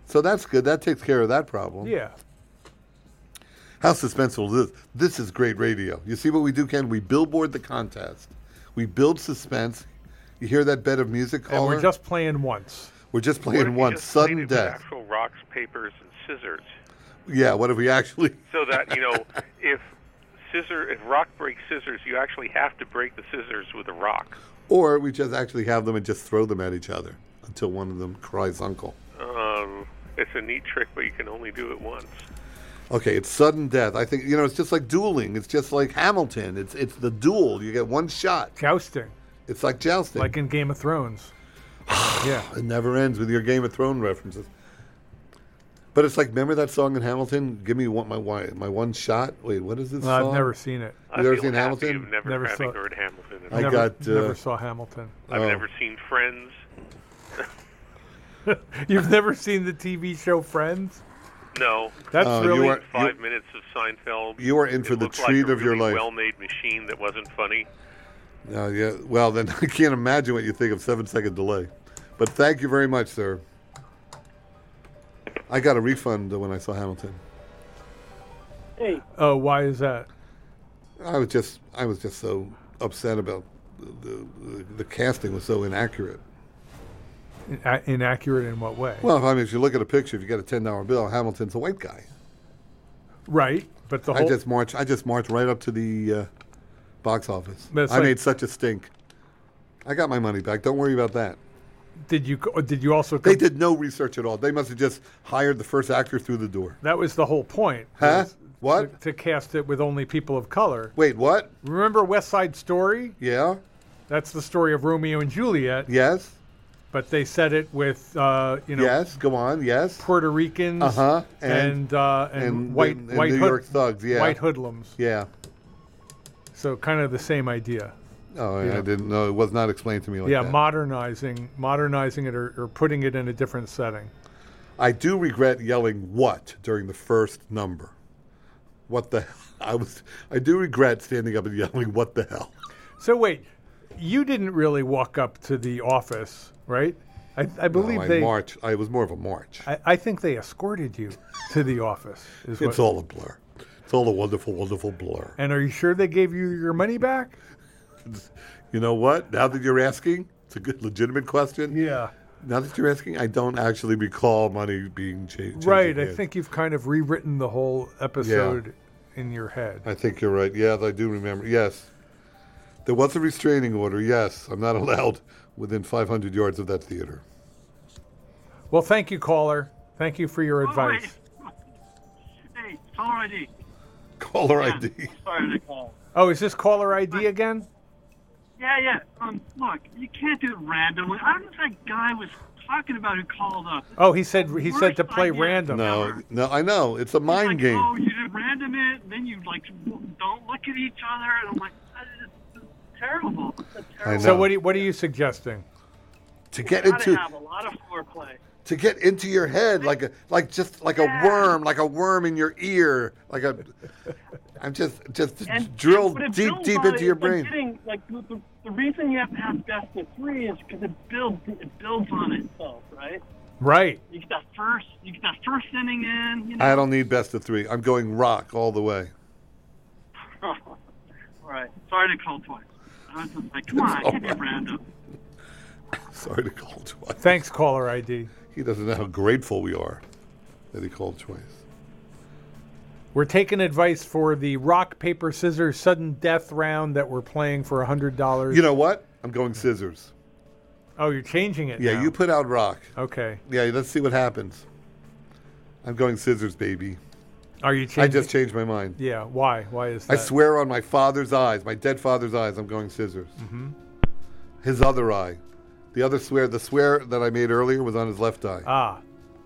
Speaker 2: So that's good. That takes care of that problem.
Speaker 1: Yeah.
Speaker 2: How suspenseful is this? This is great radio. You see what we do, Ken? We billboard the contest. We build suspense. You hear that bed of music
Speaker 1: And
Speaker 2: caller?
Speaker 1: we're just playing once.
Speaker 2: We're just
Speaker 4: What if
Speaker 2: playing
Speaker 4: you
Speaker 2: one
Speaker 4: just
Speaker 2: sudden
Speaker 4: played it with
Speaker 2: death.
Speaker 4: Actual rocks, papers, and scissors.
Speaker 2: Yeah, what if we actually (laughs)
Speaker 4: So that you know, if scissor, if rock breaks scissors, you actually have to break the scissors with a rock.
Speaker 2: or we just actually have them and just throw them at each other until one of them cries uncle.
Speaker 4: Um, it's a neat trick, but you can only do it once.
Speaker 2: Okay, it's sudden death. I think you know, it's just like dueling. It's just like Hamilton. It's it's the duel. You get one shot.
Speaker 1: Jousting,
Speaker 2: It's like jousting.
Speaker 1: like in Game of Thrones. (sighs) yeah.
Speaker 2: It never ends with your Game of Thrones references. But it's like, remember that song in Hamilton? Give me one, my one, my one shot. Wait, what is this
Speaker 1: Well,
Speaker 2: song?
Speaker 1: I've never seen it.
Speaker 2: You ever
Speaker 4: I feel
Speaker 2: seen
Speaker 4: happy
Speaker 2: Hamilton?
Speaker 4: Of never,
Speaker 1: Never
Speaker 4: having
Speaker 1: saw-
Speaker 4: heard Hamilton.
Speaker 2: I
Speaker 1: never,
Speaker 2: got, uh,
Speaker 1: never saw Hamilton. (laughs)
Speaker 4: I've
Speaker 2: Oh.
Speaker 4: never seen Friends.
Speaker 1: You've never seen the TV show Friends?
Speaker 4: No,
Speaker 1: That's
Speaker 2: Oh, you
Speaker 1: really
Speaker 2: are-
Speaker 4: five minutes of Seinfeld.
Speaker 2: You are in for
Speaker 4: It
Speaker 2: the
Speaker 4: looked like
Speaker 2: treat
Speaker 4: a
Speaker 2: of your
Speaker 4: really
Speaker 2: life.
Speaker 4: Well-made machine that wasn't funny.
Speaker 2: Oh, yeah. Well, then (laughs) I can't imagine what you think of seven second delay. But thank you very much, sir. I got a refund when I saw Hamilton.
Speaker 3: Hey,
Speaker 1: Oh, why is that?
Speaker 2: I was just, I was just so upset about the, the, the casting was so inaccurate.
Speaker 1: In- inaccurate in what way?
Speaker 2: Well, I mean, if you look at a picture, if you got a ten dollar bill, Hamilton's a white guy.
Speaker 1: right, but the
Speaker 2: I
Speaker 1: whole
Speaker 2: just marched. I just marched right up to the uh, box office.
Speaker 1: But it's
Speaker 2: I
Speaker 1: like-
Speaker 2: made such a stink. I got my money back. Don't worry about that.
Speaker 1: did you co- did you also
Speaker 2: They
Speaker 1: com-
Speaker 2: did no research at all. They must have just hired the first actor through the door.
Speaker 1: That was the whole point.
Speaker 2: Huh?
Speaker 1: was
Speaker 2: What?
Speaker 1: To, to cast it with only people of color.
Speaker 2: Wait, what?
Speaker 1: Remember West Side Story?
Speaker 2: Yeah.
Speaker 1: That's the story of Romeo and Juliet,
Speaker 2: Yes.
Speaker 1: but they said it with uh, you know
Speaker 2: Yes. Go on. Yes.
Speaker 1: Puerto Ricans
Speaker 2: Uh-huh, and-
Speaker 1: and and, uh, and,
Speaker 2: and-
Speaker 1: white
Speaker 2: and
Speaker 1: white
Speaker 2: New
Speaker 1: hood-
Speaker 2: York thugs, yeah.
Speaker 1: white hoodlums.
Speaker 2: Yeah.
Speaker 1: So kind of the same idea.
Speaker 2: Oh, I-
Speaker 1: Yeah.
Speaker 2: I didn't know. It was not explained to me like
Speaker 1: yeah,
Speaker 2: that.
Speaker 1: modernizing modernizing it or, or putting it in a different setting.
Speaker 2: I do regret yelling "what" during the first number. What the? (laughs) I was. I do regret standing up and yelling "what the hell."
Speaker 1: So wait, you didn't really walk up to the office, right? I, I believe
Speaker 2: I
Speaker 1: they.
Speaker 2: marched. I it was more of a march.
Speaker 1: I, I think they escorted you to the office. Is what,
Speaker 2: It's all a blur. It's all a wonderful, wonderful blur.
Speaker 1: And are you sure they gave you your money back?
Speaker 2: You know what? Now that you're asking, it's a good, legitimate question.
Speaker 1: Yeah.
Speaker 2: Now that you're asking, I don't actually recall money being changed.
Speaker 1: Right. I think you've kind of rewritten the whole episode in your head.
Speaker 2: I think you're right. Yes, I do remember. Yes, there was a restraining order. Yes, I'm not allowed within 500 yards of that theater.
Speaker 1: Well,
Speaker 3: Oh, (laughs)
Speaker 1: thank you, caller. Thank you for your
Speaker 3: caller
Speaker 1: advice.
Speaker 3: ID. Hey, caller ID.
Speaker 2: Caller ID.
Speaker 3: Sorry to call.
Speaker 1: Oh, is this caller ID again?
Speaker 3: Yeah, yeah. Um, look, you can't do it randomly. I don't know if that guy was talking about who called up.
Speaker 1: Oh, he said he said to
Speaker 3: Worst
Speaker 1: play
Speaker 3: idea
Speaker 1: random.
Speaker 2: No,
Speaker 3: ever.
Speaker 2: no, I know. It's a
Speaker 3: It's
Speaker 2: mind
Speaker 3: like,
Speaker 2: game.
Speaker 3: Oh, you did random it, and then you like don't look at each other, and I'm like, this is terrible. This is
Speaker 2: I
Speaker 3: terrible.
Speaker 2: know.
Speaker 1: So what are you, what are you suggesting?
Speaker 2: to get
Speaker 3: You gotta
Speaker 2: into
Speaker 3: have a lot of foreplay.
Speaker 2: to get into your head like a like just like
Speaker 3: Yeah.
Speaker 2: a worm, like a worm in your ear, like a. I'm just just
Speaker 3: And
Speaker 2: drilled
Speaker 3: but it
Speaker 2: deep
Speaker 3: builds
Speaker 2: deep
Speaker 3: on
Speaker 2: into
Speaker 3: it.
Speaker 2: your
Speaker 3: It's like
Speaker 2: brain.
Speaker 3: Getting, like the, the, the reason you have to have best of three is because it builds it builds on itself, right?
Speaker 1: Right.
Speaker 3: You get that first you get that first inning in, you know.
Speaker 2: I don't need best of three. I'm going rock all the way. (laughs)
Speaker 3: (laughs) All right. Sorry to call twice. I was just like, come on,
Speaker 2: all
Speaker 3: give me
Speaker 2: (laughs) right.
Speaker 3: random.
Speaker 2: Sorry to call twice.
Speaker 1: Thanks, caller ID.
Speaker 2: He doesn't know how grateful we are that he called twice.
Speaker 1: We're taking advice for the rock paper scissors sudden death round that we're playing for hundred dollars.
Speaker 2: You know what? I'm going scissors.
Speaker 1: oh, you're changing it.
Speaker 2: Yeah,
Speaker 1: now.
Speaker 2: you put out rock.
Speaker 1: Okay.
Speaker 2: Yeah, let's see what happens. I'm going scissors, baby.
Speaker 1: Are you changing?
Speaker 2: I just changed my mind.
Speaker 1: Yeah. Why? Why is
Speaker 2: I
Speaker 1: that?
Speaker 2: swear on my father's eyes, my dead father's eyes, I'm going scissors. Mm-hmm. His other eye, the other swear, the swear that I made earlier was on his left eye.
Speaker 1: Ah.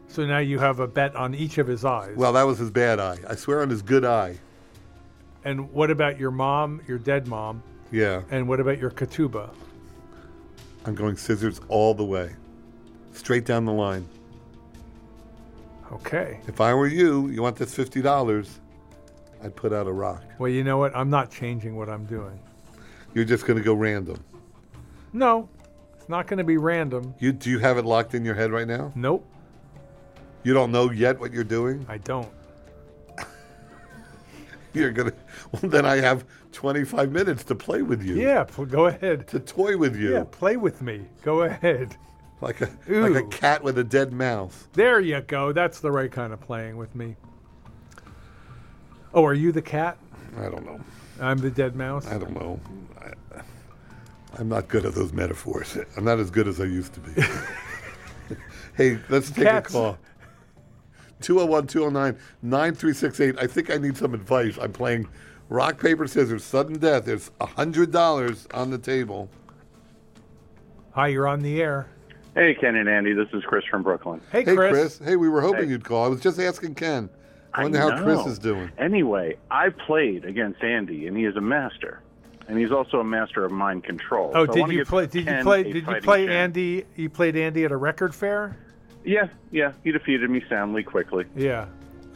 Speaker 1: So now you have a bet on each of his eyes.
Speaker 2: well, that was his bad eye. I swear on his good eye.
Speaker 1: and what about your mom, your dead mom,
Speaker 2: Yeah,
Speaker 1: and what about your katuba?
Speaker 2: I'm going scissors all the way, straight down the line.
Speaker 1: Okay.
Speaker 2: If I were you, you want this fifty dollars, I'd put out a rock.
Speaker 1: Well, you know what? I'm not changing what I'm doing.
Speaker 2: You're just going to go random.
Speaker 1: No, it's not going to be random.
Speaker 2: You do you have it locked in your head right now?
Speaker 1: Nope,
Speaker 2: You don't know yet what you're doing.
Speaker 1: I don't.
Speaker 2: You're gonna. (laughs) Well, then I have 25 minutes to play with you.
Speaker 1: Yeah, pl- go ahead.
Speaker 2: To toy with you.
Speaker 1: Yeah, play with me. Go ahead.
Speaker 2: like a like
Speaker 1: Ooh.
Speaker 2: a cat with a dead mouth.
Speaker 1: There you go. That's the right kind of playing with me. Oh, are you the cat?
Speaker 2: I don't know.
Speaker 1: I'm the dead mouse.
Speaker 2: I don't know. I, I'm not good at those metaphors. I'm not as good as I used to be. (laughs) hey, let's take
Speaker 1: Cats.
Speaker 2: a call. 201-209-9368. I think I need some advice. I'm playing rock paper scissors sudden death. There's $100 on the table.
Speaker 1: Hi, you're on the air.
Speaker 5: Hey, Ken and Andy, this is Chris from Brooklyn.
Speaker 1: Hey,
Speaker 2: Hey
Speaker 1: Chris.
Speaker 2: Chris. Hey, we were hoping
Speaker 5: Hey.
Speaker 2: you'd call. I was just asking Ken. I wonder how
Speaker 5: know.
Speaker 2: Chris is doing.
Speaker 5: Anyway, I played against Andy, and he is a master, and he's also a master of mind control.
Speaker 1: Oh,
Speaker 5: So I
Speaker 1: did
Speaker 5: wanna
Speaker 1: you
Speaker 5: give
Speaker 1: play? Did you
Speaker 5: Ken
Speaker 1: play?
Speaker 5: a
Speaker 1: Did you
Speaker 5: fighting
Speaker 1: play
Speaker 5: chance.
Speaker 1: Andy? You played Andy at a record fair?
Speaker 5: Yeah, yeah, he defeated me soundly, quickly.
Speaker 1: Yeah.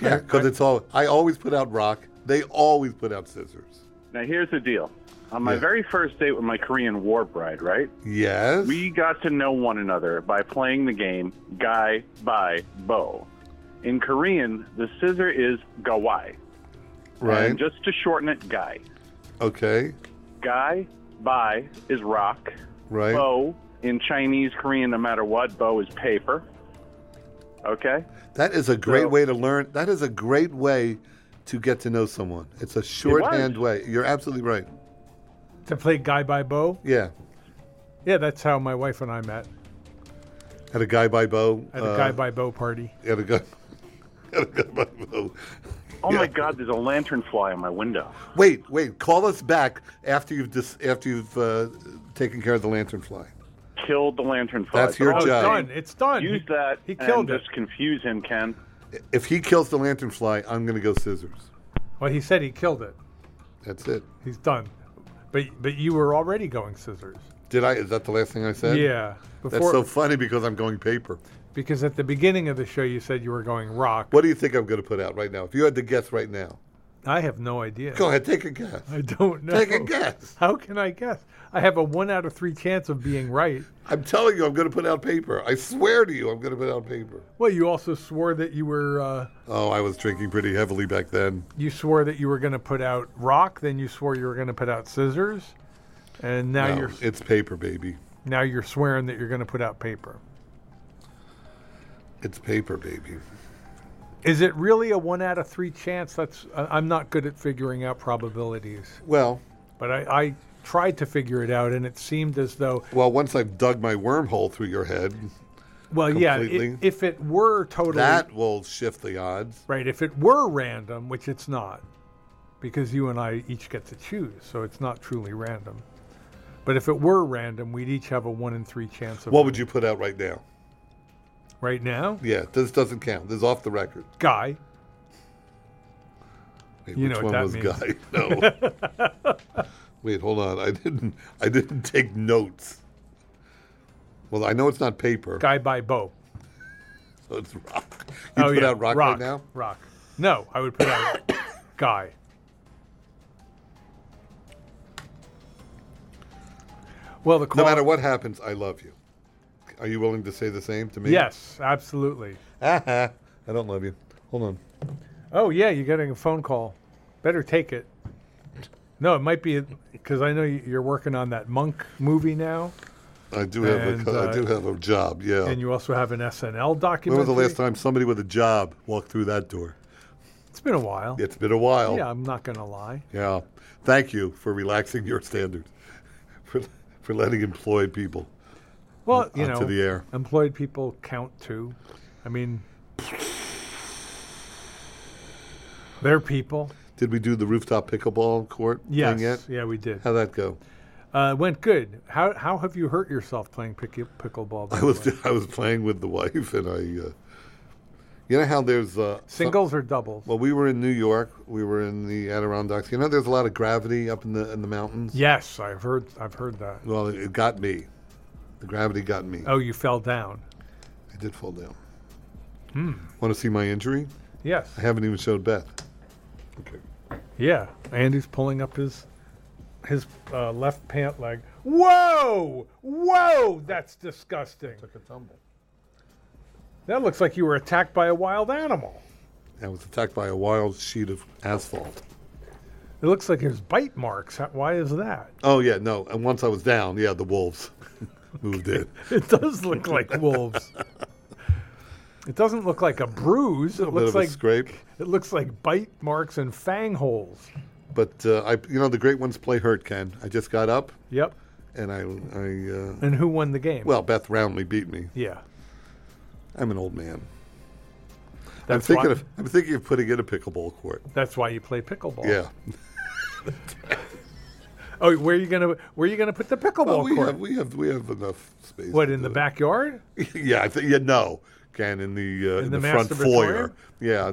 Speaker 2: Yeah, because it's all. I always put out rock. They always put out scissors.
Speaker 5: Now here's the deal: on my
Speaker 2: Yeah.
Speaker 5: very first date with my Korean war bride, right?
Speaker 2: Yes.
Speaker 5: We got to know one another by playing the game Guy by Bo. In Korean, the scissor is gawai,
Speaker 2: right.
Speaker 5: and just to shorten it, guy.
Speaker 2: okay.
Speaker 5: Guy by is rock.
Speaker 2: Right.
Speaker 5: Bo in Chinese, Korean, no matter what, Bo is paper. Okay?
Speaker 2: that is a great
Speaker 5: so-
Speaker 2: way to learn. That is a great way to get to know someone. It's a shorthand way. You're absolutely right.
Speaker 1: To play Guy by Bo?
Speaker 2: Yeah.
Speaker 1: Yeah, that's how my wife and I met
Speaker 2: At a guy by bow.
Speaker 1: at a
Speaker 2: uh,
Speaker 1: Guy by Bo party.
Speaker 2: At a guy. (laughs) At a guy by bow.
Speaker 5: Oh
Speaker 2: Yeah.
Speaker 5: my God, there's a lantern fly on my window.
Speaker 2: Wait, wait. Call us back after you've dis- after you've uh, taken care of the lantern fly.
Speaker 5: Killed the lantern fly.
Speaker 2: That's your
Speaker 5: I
Speaker 1: Oh,
Speaker 5: was
Speaker 1: it's
Speaker 2: job.
Speaker 5: saying,
Speaker 1: done. It's done.
Speaker 5: Use
Speaker 1: He-
Speaker 5: that
Speaker 1: He killed
Speaker 5: and
Speaker 1: it.
Speaker 5: just confuse him, Ken.
Speaker 2: If he kills the lantern fly, I'm going to go scissors.
Speaker 1: Well, he said he killed it.
Speaker 2: That's it.
Speaker 1: He's done. But but you were already going scissors.
Speaker 2: Did I? Is that the last thing I said?
Speaker 1: Yeah.
Speaker 2: That's
Speaker 1: Before
Speaker 2: so funny because I'm going paper.
Speaker 1: because at the beginning of the show you said you were going rock.
Speaker 2: What do you think I'm going to put out right now? If you had to guess right now,
Speaker 1: I have no idea.
Speaker 2: go ahead, take a guess.
Speaker 1: I don't know.
Speaker 2: Take a guess.
Speaker 1: How can I guess? I have a one out of three chance of being right.
Speaker 2: I'm telling you, I'm going to put out paper. I swear to you, I'm going to put out paper.
Speaker 1: Well, you also swore that you were uh,
Speaker 2: Oh, I was drinking pretty heavily back then.
Speaker 1: you swore that you were going to put out rock. Then you swore you were going to put out scissors, and now
Speaker 2: No,
Speaker 1: you're
Speaker 2: it's paper, baby.
Speaker 1: now you're swearing that you're going to put out paper.
Speaker 2: It's paper, baby.
Speaker 1: Is it really a one out of three chance? That's I- I'm not good at figuring out probabilities.
Speaker 2: Well,
Speaker 1: but I, I tried to figure it out, and it seemed as though,
Speaker 2: well, once I've dug my wormhole through your head,
Speaker 1: well, yeah,
Speaker 2: Completely.
Speaker 1: i- if it were totally
Speaker 2: that will shift the odds.
Speaker 1: right, if it were random, which it's not, because you and I each get to choose, so it's not truly random. But if it were random, we'd each have a one in three chance of
Speaker 2: What would you put out right now?
Speaker 1: right now,
Speaker 2: Yeah, this doesn't count. This is off the record.
Speaker 1: guy.
Speaker 2: Wait,
Speaker 1: You
Speaker 2: which
Speaker 1: know
Speaker 2: one
Speaker 1: what that
Speaker 2: was
Speaker 1: means.
Speaker 2: guy? No.
Speaker 1: (laughs)
Speaker 2: Wait, hold on. I didn't. I didn't take notes. Well, I know it's not paper.
Speaker 1: Guy by Bo.
Speaker 2: So it's rock. You put out rock, right now.
Speaker 1: Oh, Rock. No, I would put out
Speaker 2: (coughs)
Speaker 1: guy. Well, the
Speaker 2: No
Speaker 1: call,
Speaker 2: matter what happens, I love you. Are you willing to say the same to me?
Speaker 1: Yes, absolutely.
Speaker 2: (laughs) I don't love you. Hold on.
Speaker 1: Oh yeah, you're getting a phone call. Better take it. No, it might be because I know you- you're working on that monk movie now,
Speaker 2: I do have a
Speaker 1: And,
Speaker 2: co- I
Speaker 1: uh,
Speaker 2: do have a job. Yeah.
Speaker 1: and you also have an SNL
Speaker 2: Oh. when
Speaker 1: documentary.
Speaker 2: was the last time somebody with a job walked through that door?
Speaker 1: It's been a while.
Speaker 2: It's been a while.
Speaker 1: Yeah, I'm not gonna lie.
Speaker 2: Yeah. Thank you for relaxing your standards, (laughs) for for letting employed people.
Speaker 1: Well, you know,
Speaker 2: onto the air.
Speaker 1: employed people count too. I mean, they're people.
Speaker 2: Did we do the rooftop pickleball court
Speaker 1: Yes.
Speaker 2: thing yet?
Speaker 1: Yeah, we did.
Speaker 2: How'd that go?
Speaker 1: Uh, went good. How how have you hurt yourself playing pick, pickleball? by
Speaker 2: I
Speaker 1: the
Speaker 2: was (laughs)
Speaker 1: way?
Speaker 2: I was playing with the wife, and I. Uh, you know how there's uh, some-
Speaker 1: (laughs) singles or doubles?
Speaker 2: well, we were in New York. We were in the Adirondacks. You know, there's a lot of gravity up in the in the mountains.
Speaker 1: yes, I've heard I've heard that.
Speaker 2: Well, it, it got me. The gravity got me.
Speaker 1: Oh, you fell down.
Speaker 2: I did fall down.
Speaker 1: Hmm.
Speaker 2: Want to see my injury?
Speaker 1: Yes.
Speaker 2: I haven't even showed Beth. Okay.
Speaker 1: Yeah. Andy's pulling up his his uh, left pant leg. Whoa! Whoa! That's disgusting.
Speaker 2: a tumble.
Speaker 1: That looks like you were attacked by a wild animal.
Speaker 2: I was attacked by a wild sheet of asphalt.
Speaker 1: It looks like there's bite marks. How- Why is that? (laughs)
Speaker 2: Oh yeah, no. And once I was down, yeah, the wolves (laughs)
Speaker 1: (laughs)
Speaker 2: moved in.
Speaker 1: It does look like
Speaker 2: (laughs)
Speaker 1: wolves. It doesn't look like a bruise. It
Speaker 2: A bit
Speaker 1: looks
Speaker 2: of
Speaker 1: like
Speaker 2: a scrape.
Speaker 1: it looks like bite marks and fang holes.
Speaker 2: But uh, I, you know, the great ones play hurt. Ken, I just got up
Speaker 1: Yep.
Speaker 2: and I, I uh,
Speaker 1: And who won the game?
Speaker 2: well, Beth Roundley beat me.
Speaker 1: yeah.
Speaker 2: I'm an old man. I'm
Speaker 1: That's
Speaker 2: thinking
Speaker 1: why.
Speaker 2: of I'm thinking of putting in a pickleball court.
Speaker 1: that's why you play pickleball.
Speaker 2: Yeah.
Speaker 1: Oh, where are you gonna where are you gonna put the pickleball
Speaker 2: Well, Oh, we
Speaker 1: court?
Speaker 2: have we have we have enough space.
Speaker 1: what
Speaker 2: to
Speaker 1: in
Speaker 2: do
Speaker 1: the
Speaker 2: it.
Speaker 1: backyard?
Speaker 2: (laughs) yeah, I think yeah, no, Ken in the uh, in,
Speaker 1: the
Speaker 2: the, front
Speaker 1: masturbatorium?
Speaker 2: foyer. Yeah.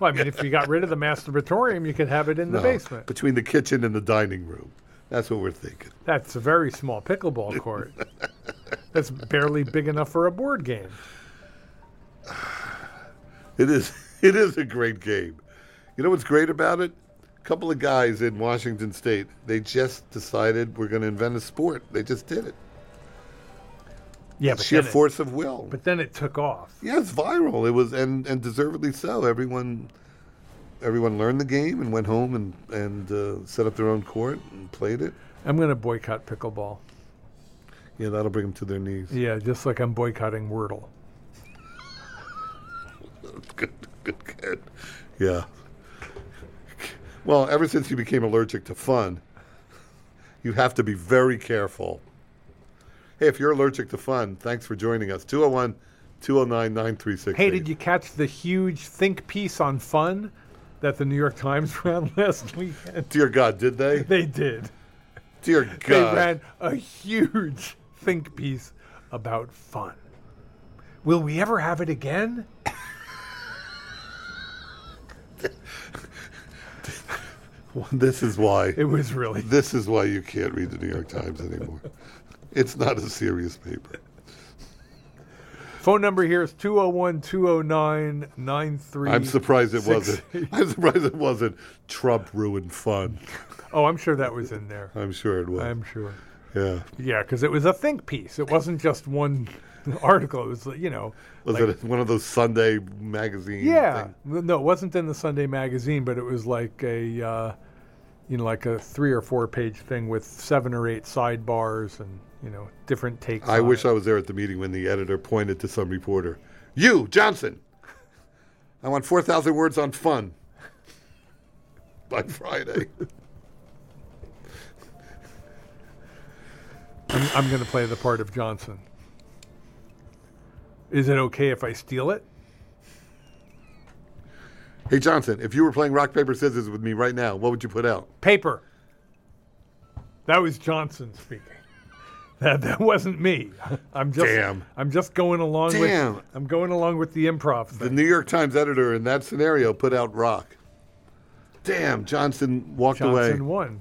Speaker 1: Well, I mean, if you got rid of the masturbatorium, you could have it in the
Speaker 2: (laughs) no,
Speaker 1: basement.
Speaker 2: between the kitchen and the dining room. That's what we're thinking.
Speaker 1: That's a very small pickleball court. that's barely big enough for a board game.
Speaker 2: It is (laughs) it is a great game. You know what's great about it? A couple of guys in Washington State, they just decided we're going to invent a sport. They just did it.
Speaker 1: Yeah, but
Speaker 2: Sheer
Speaker 1: then it-
Speaker 2: force of will.
Speaker 1: but then it took off.
Speaker 2: yeah, it's viral. It was and and deservedly so. Everyone everyone learned the game and went home and and uh, set up their own court and played it.
Speaker 1: I'm going to boycott pickleball.
Speaker 2: Yeah, that'll bring them to their
Speaker 1: (laughs)
Speaker 2: knees.
Speaker 1: Yeah, just like I'm boycotting Wordle.
Speaker 2: good, good, good. Yeah. Well, ever since you became allergic to fun, you have to be very careful. Hey, if you're allergic to fun, thanks for joining us. 201 209 9368.
Speaker 1: Hey, did you catch the huge think piece on fun that the New York Times (laughs) ran last weekend?
Speaker 2: Dear God, did they?
Speaker 1: (laughs) They did.
Speaker 2: Dear
Speaker 1: They
Speaker 2: God.
Speaker 1: ran a huge think piece about fun. Will we ever have it again?
Speaker 2: This is why.
Speaker 1: It was really
Speaker 2: This is why you can't read the New York Times anymore. It's not a serious paper.
Speaker 1: Phone number here is 201 209 93.
Speaker 2: I'm surprised it wasn't.
Speaker 1: (laughs)
Speaker 2: I'm surprised it wasn't Trump ruined fun.
Speaker 1: Oh, I'm sure that was in there.
Speaker 2: I'm sure it was.
Speaker 1: I'm sure.
Speaker 2: yeah.
Speaker 1: Yeah, because it was a think piece. It wasn't just one (laughs) article. It was, you know.
Speaker 2: Was
Speaker 1: like-
Speaker 2: it one of those Sunday magazine?
Speaker 1: Yeah.
Speaker 2: thing?
Speaker 1: No, it wasn't in the Sunday magazine, but it was like a, uh, you know, like a three or four page thing with seven or eight sidebars and, you know, different takes.
Speaker 2: I
Speaker 1: on
Speaker 2: wish
Speaker 1: it.
Speaker 2: I was there at the meeting when the editor pointed to some reporter. You, Johnson. I want four thousand words on fun
Speaker 1: (laughs)
Speaker 2: by Friday.
Speaker 1: I'm, I'm going to play the part of Johnson. Is it okay if I steal it?
Speaker 2: Hey, Johnson, if you were playing rock, paper, scissors with me right now, what would you put out?
Speaker 1: Paper. That was Johnson speaking. That, that wasn't me. I'm just
Speaker 2: Damn.
Speaker 1: I'm just going along
Speaker 2: Damn.
Speaker 1: with I'm going along with the improv
Speaker 2: The
Speaker 1: thing.
Speaker 2: New York Times editor in that scenario put out rock. Damn, Johnson walked
Speaker 1: Johnson
Speaker 2: away.
Speaker 1: won.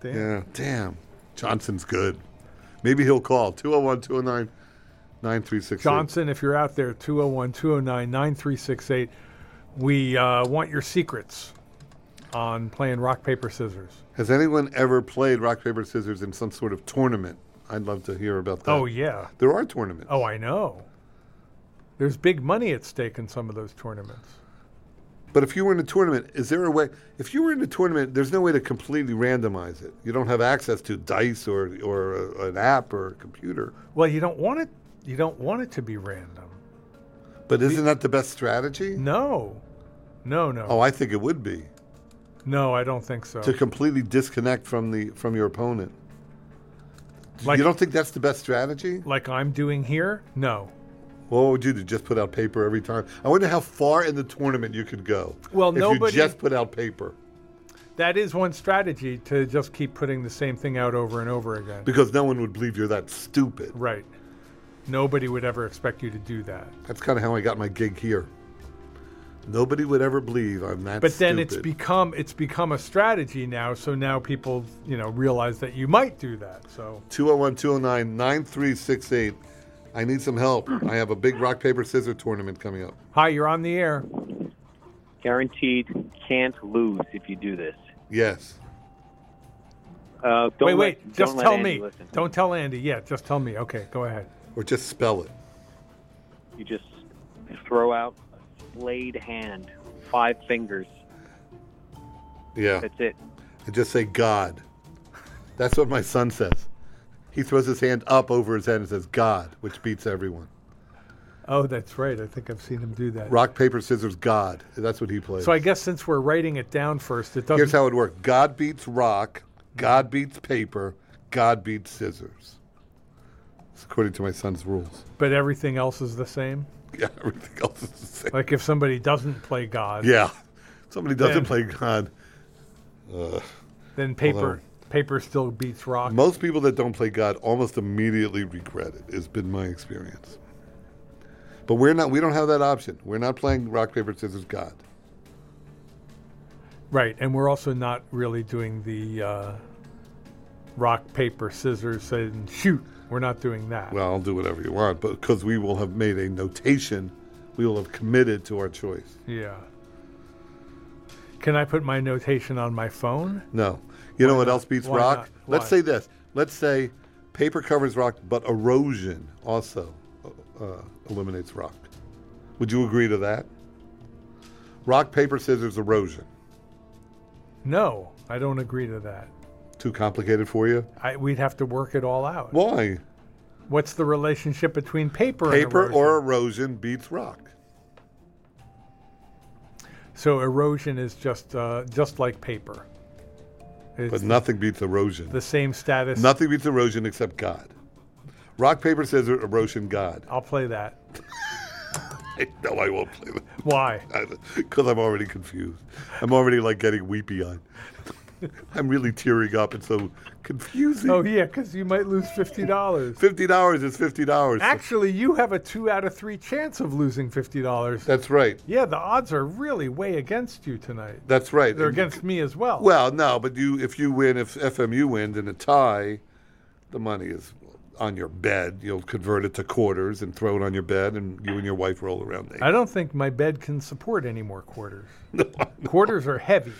Speaker 1: Damn.
Speaker 2: Yeah, damn. Johnson's good. Maybe he'll call 201 209 9368.
Speaker 1: Johnson, if you're out there, 201 209 9368, we uh, want your secrets on playing rock, paper, scissors.
Speaker 2: Has anyone ever played rock, paper, scissors in some sort of tournament? I'd love to hear about that.
Speaker 1: Oh, yeah.
Speaker 2: There are tournaments.
Speaker 1: Oh, I know. There's big money at stake in some of those tournaments.
Speaker 2: But if you were in a tournament, is there a way? If you were in a tournament, there's no way to completely randomize it. You don't have access to dice or or a, an app or a computer.
Speaker 1: Well, you don't want it. You don't want it to be random.
Speaker 2: But isn't that the best strategy?
Speaker 1: No, no, no,
Speaker 2: Oh, I think it would be
Speaker 1: no. I don't think so.
Speaker 2: to completely disconnect from the from your opponent.
Speaker 1: Like-
Speaker 2: you don't think that's the best strategy?
Speaker 1: Like I'm doing here. No.
Speaker 2: What would you do? Just put out paper every time? I wonder how far in the tournament you could go.
Speaker 1: Well,
Speaker 2: if
Speaker 1: nobody-
Speaker 2: you just put out paper
Speaker 1: That is one strategy to just keep putting the same thing out over and over again.
Speaker 2: because no one would believe you're that stupid.
Speaker 1: Right. Nobody would ever expect you to do that.
Speaker 2: That's kind of how I got my gig here. Nobody would ever believe I'm that.
Speaker 1: But then it's
Speaker 2: stupid.
Speaker 1: become it's become a strategy now. So now people you know realize that you might do that. So
Speaker 2: 201 209 9368. I need some help. I have a big rock, paper, scissors tournament coming up.
Speaker 1: hi, you're on the air.
Speaker 6: Guaranteed can't lose if you do this.
Speaker 2: Yes.
Speaker 6: Uh, don't
Speaker 1: wait,
Speaker 6: let-
Speaker 1: wait.
Speaker 6: don't
Speaker 1: just
Speaker 6: let
Speaker 1: tell
Speaker 6: Andy
Speaker 1: me.
Speaker 6: listen.
Speaker 1: Don't tell Andy. Yeah, just tell me. Okay, go ahead.
Speaker 2: Or just spell it.
Speaker 6: You just throw out a flayed hand, five fingers.
Speaker 2: Yeah.
Speaker 6: That's it.
Speaker 2: And just say God. That's what my son says. He throws his hand up over his head and says God, which beats everyone.
Speaker 1: Oh, that's right. I think I've seen him do that.
Speaker 2: Rock, paper, scissors, God. That's what he plays.
Speaker 1: So I guess since we're writing it down first, it doesn't.
Speaker 2: Here's how it works God beats rock, God beats paper, God beats scissors. It's according to my son's rules. (laughs)
Speaker 1: but everything else is the same.
Speaker 2: Yeah, everything else is the same.
Speaker 1: Like if somebody doesn't play God,
Speaker 2: Yeah. Somebody doesn't
Speaker 1: Then-
Speaker 2: play God.
Speaker 1: then paper
Speaker 2: Hold
Speaker 1: paper still beats rock.
Speaker 2: Most people that don't play God almost immediately regret it. Has been my experience. But we're not. We don't have that option. We're not playing rock paper scissors God.
Speaker 1: Right, and we're also not really doing the uh, rock paper scissors and shoot. We're not doing that.
Speaker 2: Well, I'll do whatever you want, but because we will have made a notation, we will have committed to our choice.
Speaker 1: yeah. Can I put my notation on my phone?
Speaker 2: No. You know what else beats
Speaker 1: Why
Speaker 2: rock?
Speaker 1: not?
Speaker 2: Let's
Speaker 1: Why?
Speaker 2: say this. Let's say paper covers rock, but erosion also uh, eliminates rock. Would you agree to that? Rock, paper, scissors, erosion.
Speaker 1: No, I don't agree to that.
Speaker 2: Too complicated for you?
Speaker 1: I, we'd have to work it all out.
Speaker 2: Why?
Speaker 1: What's the relationship between paper,
Speaker 2: Paper
Speaker 1: and erosion?
Speaker 2: or erosion beats rock.
Speaker 1: So erosion is just uh, just like paper. It's
Speaker 2: But nothing beats erosion.
Speaker 1: the same status.
Speaker 2: Nothing beats erosion except God. Rock, paper, scissors, erosion, God. (laughs)
Speaker 1: I'll play that. (laughs)
Speaker 2: No, I won't play that.
Speaker 1: Why?
Speaker 2: because I'm already confused. I'm already like getting weepy eyed. (laughs) I'm really tearing up. It's so confusing.
Speaker 1: Oh yeah, because you might lose fifty dollars.
Speaker 2: Fifty dollars is fifty dollars.
Speaker 1: Actually, you have a two out of three chance of losing fifty dollars.
Speaker 2: That's right.
Speaker 1: Yeah, the odds are really way against you tonight.
Speaker 2: That's right.
Speaker 1: They're
Speaker 2: And-
Speaker 1: against me as well.
Speaker 2: Well, no, but you if you win, if FMU wins in a tie, the money is on your bed. You'll convert it to quarters and throw it on your bed, and you and your wife roll around. Naked.
Speaker 1: I don't think my bed can support any more
Speaker 2: (laughs)
Speaker 1: quarters. Quarters are heavy.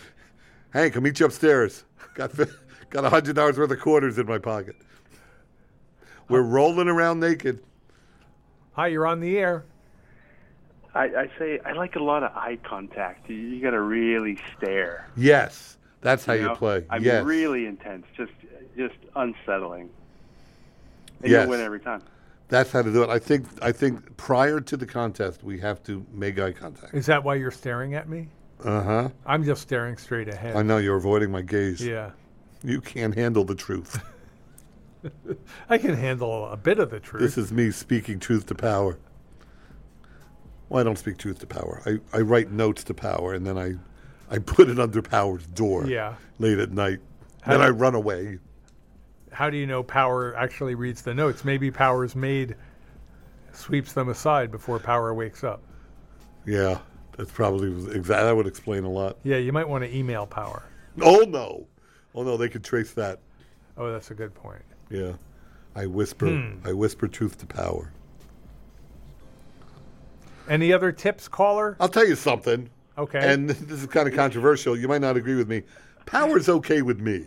Speaker 2: Hank, I'll meet you upstairs. Got fi- got a hundred dollars worth of quarters in my pocket. We're rolling around naked.
Speaker 1: Hi, you're on the air.
Speaker 7: I, I say I like a lot of eye contact. You, you got to really stare.
Speaker 2: Yes, that's how
Speaker 7: you
Speaker 2: you,
Speaker 7: know?
Speaker 2: play.
Speaker 7: I mean,
Speaker 2: yes,
Speaker 7: really intense. Just, just unsettling. And
Speaker 2: Yes.
Speaker 7: you win every time.
Speaker 2: that's how to do it. I think. I think prior to the contest, we have to make
Speaker 7: (laughs)
Speaker 2: eye contact.
Speaker 1: Is that why you're staring at me?
Speaker 2: Uh huh.
Speaker 1: I'm just staring straight ahead.
Speaker 2: I know you're avoiding my gaze.
Speaker 1: yeah.
Speaker 2: You can't handle the truth.
Speaker 1: I can handle a bit of the truth.
Speaker 2: this is me speaking truth to power. Well, I don't speak truth to power. I, I write notes to power, and then I, I put it under power's door.
Speaker 1: Yeah.
Speaker 2: Late at night.
Speaker 1: How
Speaker 2: then
Speaker 1: do-
Speaker 2: I run away.
Speaker 1: How do you know Power actually reads the notes? Maybe Power's maid sweeps them aside before Power wakes up.
Speaker 2: Yeah, that's probably exactly. That would explain a lot.
Speaker 1: Yeah, you might want to email Power.
Speaker 2: Oh no, oh no, they could trace that.
Speaker 1: Oh, that's a good point.
Speaker 2: Yeah, I whisper.
Speaker 1: Hmm.
Speaker 2: I whisper truth to power.
Speaker 1: Any other tips, caller?
Speaker 2: I'll tell you something,
Speaker 1: Okay.
Speaker 2: and this is kind of controversial. You might not agree with me. Power's okay with me.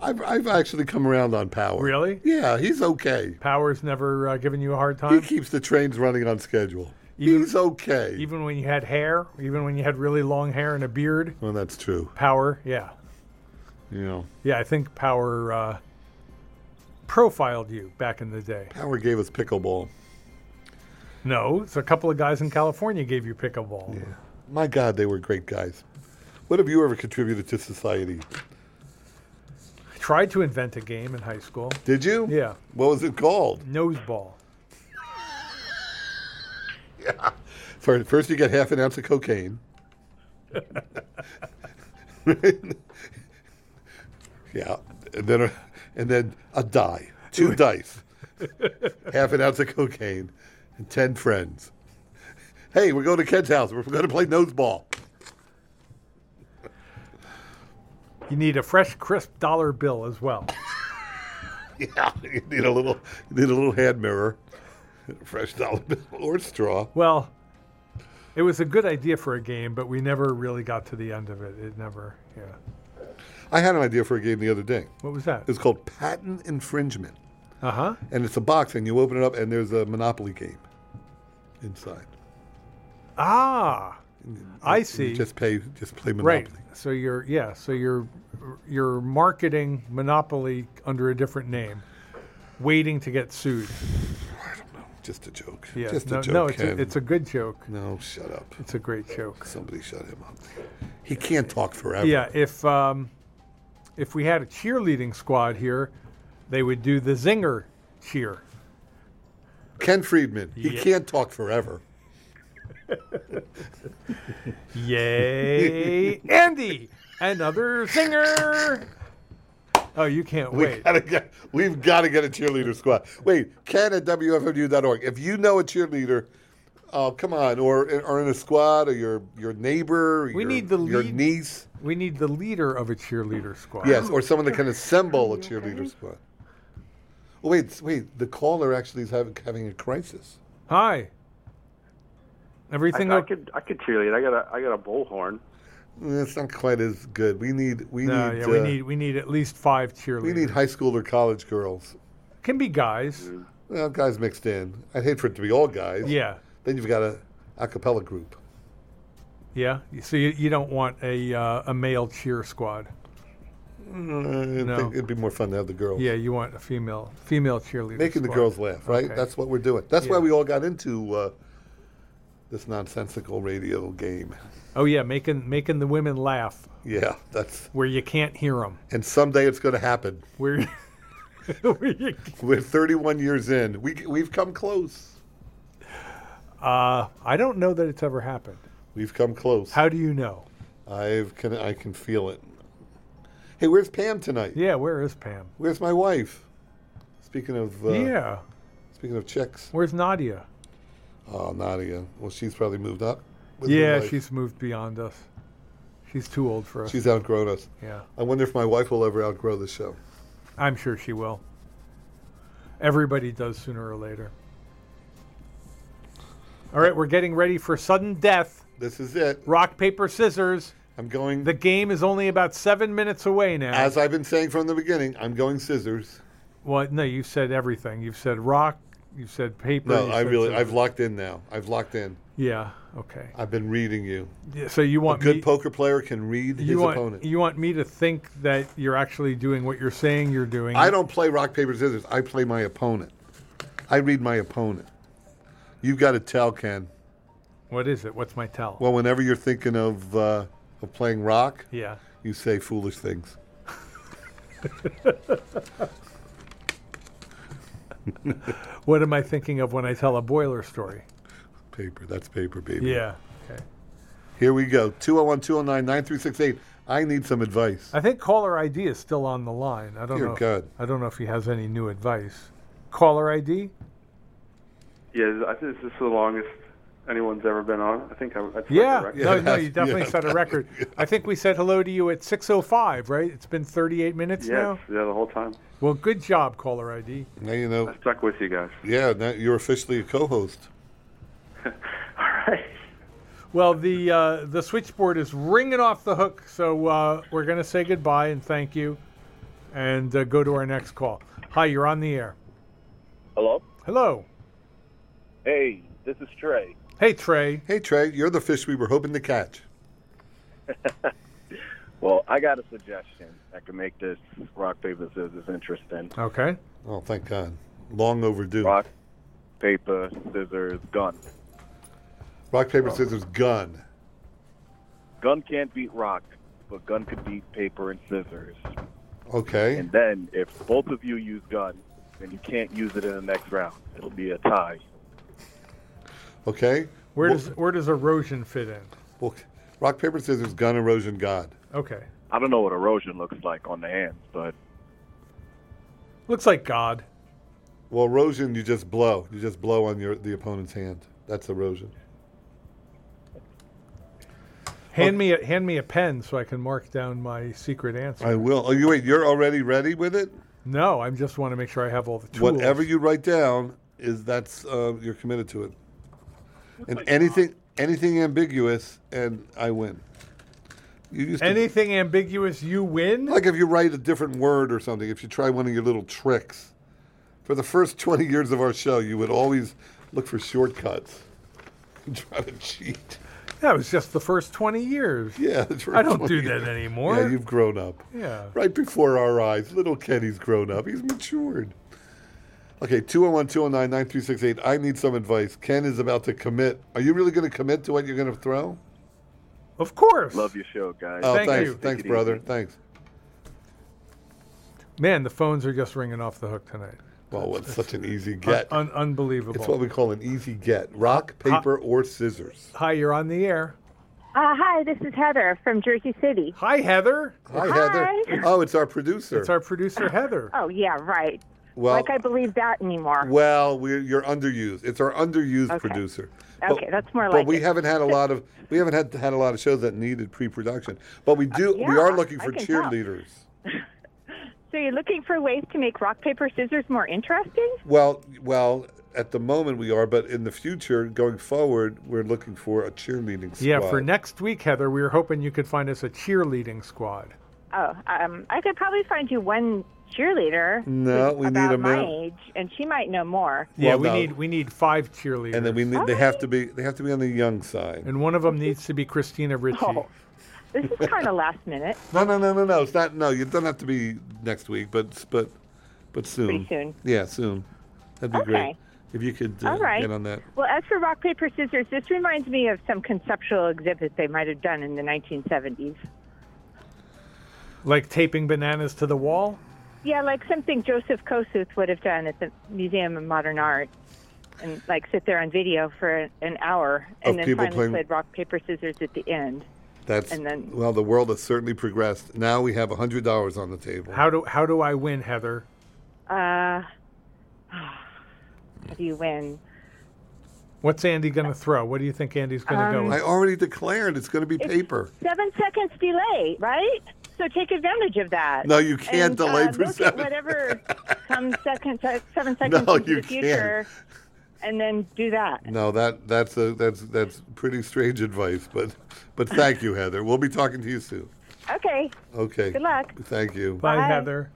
Speaker 2: I've, I've actually come around on power.
Speaker 1: Really?
Speaker 2: Yeah, he's okay.
Speaker 1: Power's never uh, given you a hard
Speaker 2: He
Speaker 1: time,
Speaker 2: keeps the trains running on schedule.
Speaker 1: Even-
Speaker 2: he's okay.
Speaker 1: even when you had hair, even when you had really long hair and a beard.
Speaker 2: well, that's true.
Speaker 1: Power, yeah,
Speaker 2: You know,
Speaker 1: yeah. I think Power uh, profiled you back in the day.
Speaker 2: power gave us pickleball.
Speaker 1: No, it's a couple of guys in California gave you pickleball.
Speaker 2: My God, they were great guys. What have you ever contributed to society?
Speaker 1: I tried to invent a game in high school.
Speaker 2: Did you?
Speaker 1: Yeah,
Speaker 2: What was it called?
Speaker 1: noseball.
Speaker 2: Fir- First, you get half an ounce of cocaine. (laughs) yeah, and then a, and then a die, two dice, half an ounce of cocaine, and ten friends. Hey, we're going to Ken's house. We're going to play noseball.
Speaker 1: You need a fresh, crisp dollar bill as well.
Speaker 2: (laughs) Yeah, you need a little, you need a little hand mirror, fresh dollar bill (laughs) or straw.
Speaker 1: Well, it was a good idea for a game, but we never really got to the end of it. It never, yeah.
Speaker 2: I had an idea for a game the other day.
Speaker 1: What was that?
Speaker 2: It's called patent infringement.
Speaker 1: Uh huh.
Speaker 2: and it's a box, and you open it up, and there's a Monopoly game inside.
Speaker 1: Ah, I see.
Speaker 2: You just pay, just play Monopoly.
Speaker 1: Right. So you're yeah. So you're you're marketing Monopoly under a different name, waiting to get sued.
Speaker 2: I don't know, just a joke.
Speaker 1: Yeah.
Speaker 2: just
Speaker 1: no,
Speaker 2: a joke.
Speaker 1: no, it's
Speaker 2: Ken.
Speaker 1: a, it's a good joke.
Speaker 2: no. Shut up.
Speaker 1: It's a great joke.
Speaker 2: Somebody shut him up. He can't talk forever.
Speaker 1: Yeah. If um, if we had a cheerleading squad here, they would do the zinger cheer.
Speaker 2: Ken Friedman. He
Speaker 1: Yeah.
Speaker 2: can't talk forever. (laughs)
Speaker 1: Yay, Andy, another zinger. Oh, you can't
Speaker 2: We
Speaker 1: wait.
Speaker 2: gotta get. We've got to get a cheerleader squad. Wait, Ken at wfmu.org. If you know a cheerleader. Oh come on! Or are in a squad, or your your neighbor, or
Speaker 1: We
Speaker 2: your,
Speaker 1: need the
Speaker 2: your
Speaker 1: lead-
Speaker 2: niece.
Speaker 1: We need the leader of a cheerleader squad.
Speaker 2: Yes, or someone that can assemble a cheerleader squad. Oh, wait, wait. The caller actually is having, having a crisis.
Speaker 1: Hi.
Speaker 7: I,
Speaker 1: Everything
Speaker 7: I
Speaker 1: o-
Speaker 7: could I could cheerlead. I got a I got a bullhorn.
Speaker 2: Mm, It's not quite as good. We need we
Speaker 1: No,
Speaker 2: need,
Speaker 1: yeah, we
Speaker 2: uh,
Speaker 1: need we need at least five cheerleaders.
Speaker 2: we need high school or college girls.
Speaker 1: Can be guys.
Speaker 2: Well, guys mixed in. I'd hate for it to be all guys.
Speaker 1: Yeah,
Speaker 2: Then you've got a a cappella group.
Speaker 1: yeah. So you, you don't want a uh, a male cheer squad.
Speaker 2: Mm,
Speaker 1: No.
Speaker 2: I think it'd be more fun to have the girls.
Speaker 1: Yeah, you want a female female cheerleader.
Speaker 2: Making the
Speaker 1: squad.
Speaker 2: girls laugh, right?
Speaker 1: Okay.
Speaker 2: That's what we're doing. That's why
Speaker 1: Yeah.
Speaker 2: we all got into uh, this nonsensical radio game.
Speaker 1: Oh yeah, making making the women laugh
Speaker 2: Yeah, that's
Speaker 1: where you can't hear them.
Speaker 2: and someday it's going to happen.
Speaker 1: Where, (laughs) where you,
Speaker 2: We're 31 years in. We we've come close.
Speaker 1: uh, I don't know that it's ever happened.
Speaker 2: We've come close.
Speaker 1: How do you know?
Speaker 2: I've can I can feel it. Hey, where's Pam tonight?
Speaker 1: Yeah, where is Pam?
Speaker 2: Where's my wife? Speaking of uh,
Speaker 1: yeah,
Speaker 2: Speaking of chicks.
Speaker 1: where's Nadia?
Speaker 2: Oh, Nadia. Well, she's probably moved up. with her
Speaker 1: Yeah,
Speaker 2: life.
Speaker 1: she's moved beyond us. She's too old for us.
Speaker 2: she's outgrown us.
Speaker 1: yeah.
Speaker 2: I wonder if my wife will ever outgrow the show.
Speaker 1: I'm sure she will. Everybody does sooner or later. All right, we're getting ready for sudden death.
Speaker 2: This is it.
Speaker 1: Rock, paper, scissors.
Speaker 2: I'm going.
Speaker 1: The game is only about seven minutes away now.
Speaker 2: as I've been saying from the beginning, I'm going scissors.
Speaker 1: well, no, you've said everything. You've said rock. You've said paper.
Speaker 2: No,
Speaker 1: you've
Speaker 2: I
Speaker 1: said
Speaker 2: really.
Speaker 1: scissors.
Speaker 2: I've locked in now. I've locked in.
Speaker 1: Yeah. Okay.
Speaker 2: I've been reading you.
Speaker 1: Yeah, so you
Speaker 2: A
Speaker 1: want
Speaker 2: good
Speaker 1: me,
Speaker 2: poker player can read his
Speaker 1: you want
Speaker 2: opponent.
Speaker 1: you want me to think that you're actually doing what you're saying you're doing.
Speaker 2: I don't play rock paper scissors. I play my opponent. I read my opponent. You've got to tell Ken.
Speaker 1: What is it? What's my tell?
Speaker 2: Well, whenever you're thinking of uh, of playing rock,
Speaker 1: yeah.
Speaker 2: you say foolish things.
Speaker 1: What am I thinking of when I tell a boiler story?
Speaker 2: Paper. That's paper, baby.
Speaker 1: Yeah. Okay.
Speaker 2: Here we go. 201 209 9368. I need some advice.
Speaker 1: I think caller ID is still on the line. I don't
Speaker 2: Dear
Speaker 1: know. if-
Speaker 2: God.
Speaker 1: I don't know if he has any new advice. Caller ID.
Speaker 7: Yeah, I think this is the longest anyone's ever been on. I think I, I
Speaker 1: Yeah.
Speaker 7: Correct.
Speaker 1: No,
Speaker 2: Yeah.
Speaker 1: no, you definitely
Speaker 2: (laughs) Yeah.
Speaker 1: set a record. I think we said hello to you at 6:05, right? It's been 38 minutes
Speaker 7: Yes,
Speaker 1: now.
Speaker 7: yeah, the whole time.
Speaker 1: Well, good job, caller ID.
Speaker 2: Now you know.
Speaker 7: I stuck with you guys.
Speaker 2: Yeah, now you're officially a co host.
Speaker 7: All right.
Speaker 1: Well, the uh, the switchboard is ringing off the hook, so uh, we're going to say goodbye and thank you, and uh, go to our next call. Hi, you're on the air.
Speaker 8: Hello?
Speaker 1: Hello.
Speaker 8: Hey, this is Trey.
Speaker 1: Hey, Trey.
Speaker 2: Hey, Trey, you're the fish we were hoping to catch.
Speaker 8: Well, I got a suggestion that could make this rock, paper, scissors interesting.
Speaker 1: Okay.
Speaker 2: Oh, thank God. Long overdue.
Speaker 8: Rock, paper, scissors, gun.
Speaker 2: Rock, paper, scissors, gun.
Speaker 8: Gun can't beat rock, but gun could beat paper and scissors.
Speaker 2: Okay.
Speaker 8: And then if both of you use gun, then you can't use it in the next round. It'll be a tie.
Speaker 2: Okay.
Speaker 1: Where
Speaker 2: Well-
Speaker 1: does where does erosion fit in?
Speaker 2: Well, rock, paper, scissors, gun, erosion, God.
Speaker 1: Okay.
Speaker 8: I don't know what erosion looks like on the hands, but
Speaker 1: Looks like God.
Speaker 2: Well, erosion, you just blow. You just blow on your the opponent's hand. That's erosion.
Speaker 1: Hand me a hand me a pen so I can mark down my secret answer.
Speaker 2: I will. Oh, you wait. You're already ready with it.
Speaker 1: no, I just want to make sure I have all the tools.
Speaker 2: Whatever you write down is that's uh, you're committed to it. And anything anything ambiguous, and I win. You used to,
Speaker 1: Anything ambiguous, you win.
Speaker 2: like if you write a different word or something. If you try one of your little tricks, for the first (laughs) twenty years of our show, you would always look for shortcuts. (laughs) and Try to cheat.
Speaker 1: that was just the first twenty years.
Speaker 2: Yeah, the first
Speaker 1: I don't
Speaker 2: 20
Speaker 1: do that
Speaker 2: years.
Speaker 1: anymore.
Speaker 2: Yeah, you've grown up.
Speaker 1: Yeah.
Speaker 2: Right before our eyes, little Kenny's grown up. He's matured. Okay, 201 209 9368. I need some advice. Ken is about to commit. Are you really going to commit to what you're going to throw?
Speaker 1: Of course.
Speaker 8: love your show, guys.
Speaker 2: Oh,
Speaker 1: Thank
Speaker 2: thanks.
Speaker 1: you.
Speaker 2: Thanks,
Speaker 8: Take it
Speaker 2: brother.
Speaker 8: easy.
Speaker 2: Thanks.
Speaker 1: Man, the phones are just ringing off the hook tonight.
Speaker 2: Well, it's such an easy get.
Speaker 1: Un- un- unbelievable.
Speaker 2: It's what we call an easy get rock, paper, or scissors.
Speaker 1: Hi, you're on the air.
Speaker 9: Uh, hi, this is Heather from Jersey City.
Speaker 1: Hi, Heather.
Speaker 2: Hi,
Speaker 9: Hi.
Speaker 2: Heather. Oh, it's our producer.
Speaker 1: It's our producer, Heather.
Speaker 9: Oh, yeah, right.
Speaker 2: well,
Speaker 9: like I believe that anymore.
Speaker 2: well we're, you're underused. It's our underused
Speaker 9: Okay.
Speaker 2: producer.
Speaker 9: okay, that's more
Speaker 2: but
Speaker 9: like
Speaker 2: we
Speaker 9: it.
Speaker 2: haven't had a lot
Speaker 9: (laughs)
Speaker 2: of we haven't had had a lot of shows that needed pre-production. But we do we
Speaker 9: Uh, yeah,
Speaker 2: are looking
Speaker 9: I
Speaker 2: for
Speaker 9: can tell.
Speaker 2: cheerleaders.
Speaker 9: so you're looking for ways to make rock, paper, scissors more interesting?
Speaker 2: Well, well, at the moment we are, but in the future going forward, we're looking for a cheerleading squad.
Speaker 1: yeah, for next week, Heather, we were hoping you could find us a cheerleading squad.
Speaker 9: Oh, um, I could probably find you one cheerleader.
Speaker 2: No,
Speaker 9: who's
Speaker 2: we need
Speaker 9: about
Speaker 2: a
Speaker 9: my
Speaker 2: male.
Speaker 9: age, and she might
Speaker 2: (laughs)
Speaker 9: know more.
Speaker 1: Yeah,
Speaker 2: Well,
Speaker 1: we
Speaker 2: no.
Speaker 1: need we need five cheerleaders,
Speaker 2: and then we need, they have to be they have to be on the young side.
Speaker 1: and one of them needs to be Christina Ritchie.
Speaker 9: Oh, this is kind of last minute,
Speaker 2: No, no, no, no, no. It's not. No, you don't have to be next week, but but but soon.
Speaker 9: pretty soon.
Speaker 2: Yeah, soon. That'd be great
Speaker 9: Okay.
Speaker 2: if you could uh,
Speaker 9: All right.
Speaker 2: get on that.
Speaker 9: Well, as for rock, paper, scissors, this reminds me of some conceptual exhibit they might have done in the 1970s.
Speaker 1: Like taping bananas to the wall.
Speaker 9: Yeah, like something Joseph Kosuth would have done at the Museum of Modern Art, and like sit there on video for an hour,
Speaker 2: Of
Speaker 9: and then
Speaker 2: people
Speaker 9: finally
Speaker 2: playing-
Speaker 9: played rock paper scissors at the end.
Speaker 2: That's
Speaker 9: And then-
Speaker 2: well, the world has certainly progressed. Now we have hundred dollars on the table.
Speaker 1: How do how do I win, Heather?
Speaker 9: Uh, how do you win?
Speaker 1: What's Andy gonna throw? What do you think Andy's gonna go?
Speaker 2: I
Speaker 1: With?
Speaker 2: already declared it's going to be paper.
Speaker 9: Seven seconds delay, right? So take advantage of that.
Speaker 2: No, you can't
Speaker 9: And,
Speaker 2: delay
Speaker 9: uh,
Speaker 2: for
Speaker 9: look
Speaker 2: seven-
Speaker 9: at
Speaker 2: (laughs)
Speaker 9: whatever comes second, uh, seven seconds
Speaker 2: No,
Speaker 9: into
Speaker 2: you
Speaker 9: the future, and then do that.
Speaker 2: No, that that's a, that's that's pretty strange advice, but but thank you, Heather. We'll be talking to you soon.
Speaker 9: Okay.
Speaker 2: Okay.
Speaker 9: Good luck.
Speaker 2: Thank you.
Speaker 1: Bye,
Speaker 9: Bye.
Speaker 1: Heather.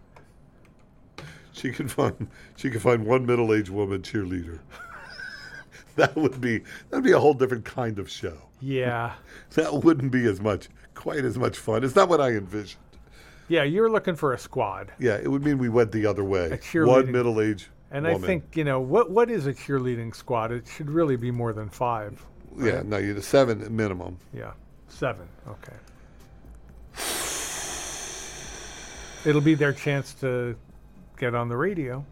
Speaker 2: She can find she can find one middle-aged woman cheerleader. (laughs) that would be that'd be a whole different kind of show.
Speaker 1: Yeah,
Speaker 2: That wouldn't be as much quite as much fun. It's not what I envisioned.
Speaker 1: yeah. You're looking for a squad,
Speaker 2: Yeah, it would mean we went the other way.
Speaker 1: cheerleading-
Speaker 2: One middle-aged
Speaker 1: and
Speaker 2: woman.
Speaker 1: I think you know what what is a cheerleading squad? It should really be more than five.
Speaker 2: yeah, no, you're the seven at minimum.
Speaker 1: Yeah, seven. Okay. It'll be their chance to get on the radio.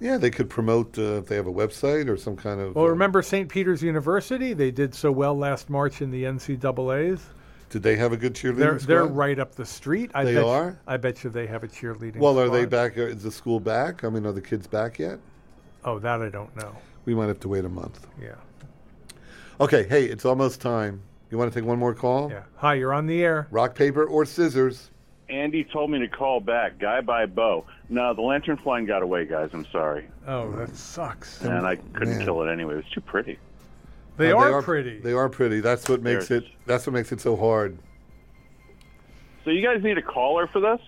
Speaker 2: Yeah, they could promote uh, if they have a website or some kind of.
Speaker 1: Well,
Speaker 2: uh,
Speaker 1: remember St. Peter's University? They did so well last March in the NCAA's.
Speaker 2: uh, Did they have a good cheerleading
Speaker 1: They're
Speaker 2: squad?
Speaker 1: they're right up the street. I
Speaker 2: They
Speaker 1: bet
Speaker 2: are?
Speaker 1: I bet you they have a cheerleading.
Speaker 2: well, are they
Speaker 1: squad.
Speaker 2: back? uh, Is the school back? I mean, are the kids back yet?
Speaker 1: Oh, that I don't know.
Speaker 2: We might have to wait a month.
Speaker 1: Yeah,
Speaker 2: Okay, hey, it's almost time. You want to take one more call?
Speaker 1: yeah. Hi, you're on the air.
Speaker 2: Rock, paper, or scissors?
Speaker 5: Andy told me to call back, guy by bow. No, the lantern flying got away, guys. I'm sorry,
Speaker 1: Oh, that sucks.
Speaker 5: and I couldn't
Speaker 2: man.
Speaker 5: kill it anyway. It was too pretty.
Speaker 1: They,
Speaker 2: Uh,
Speaker 1: are, pretty.
Speaker 2: They are pretty. That's what makes
Speaker 5: There
Speaker 2: it.
Speaker 5: it is.
Speaker 2: That's what makes it so hard.
Speaker 5: So you guys need a caller for this?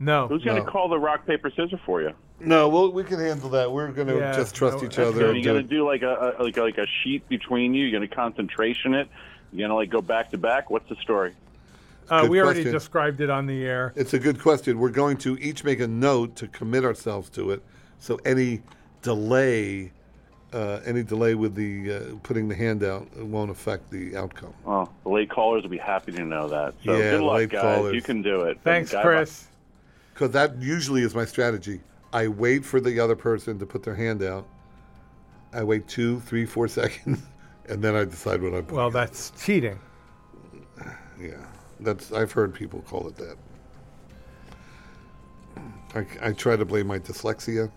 Speaker 1: no,
Speaker 5: Who's going to
Speaker 2: No.
Speaker 5: call the rock paper scissors for you?
Speaker 2: No, well, we can handle that. We're going to
Speaker 1: Yeah,
Speaker 2: just trust
Speaker 1: no,
Speaker 2: each
Speaker 1: that's
Speaker 2: other.
Speaker 5: So
Speaker 1: They're
Speaker 2: and
Speaker 5: you
Speaker 2: do
Speaker 5: going to
Speaker 2: it.
Speaker 5: do like a, a like a, like a sheet between you. You're going to concentration it. You're going to like go back to back. What's the story?
Speaker 1: uh,
Speaker 2: Good
Speaker 1: we already
Speaker 2: question.
Speaker 1: described it on the air.
Speaker 2: It's a good question. We're going to each make a note to commit ourselves to it. So any delay, uh, any delay with the uh, putting the hand out won't affect the outcome.
Speaker 5: Well, the late callers will be happy to know that. So
Speaker 2: Yeah,
Speaker 5: good luck,
Speaker 2: late
Speaker 5: guys.
Speaker 2: callers.
Speaker 5: You can do it.
Speaker 1: Thanks,
Speaker 5: Guy by-
Speaker 1: Chris.
Speaker 2: Because that usually is my strategy. I wait for the other person to put their hand out. I wait two, three, four (laughs) seconds, and then I decide what I put.
Speaker 1: Well, that's cheating.
Speaker 2: Yeah, that's I've heard people call it that. I, I try to blame my dyslexia.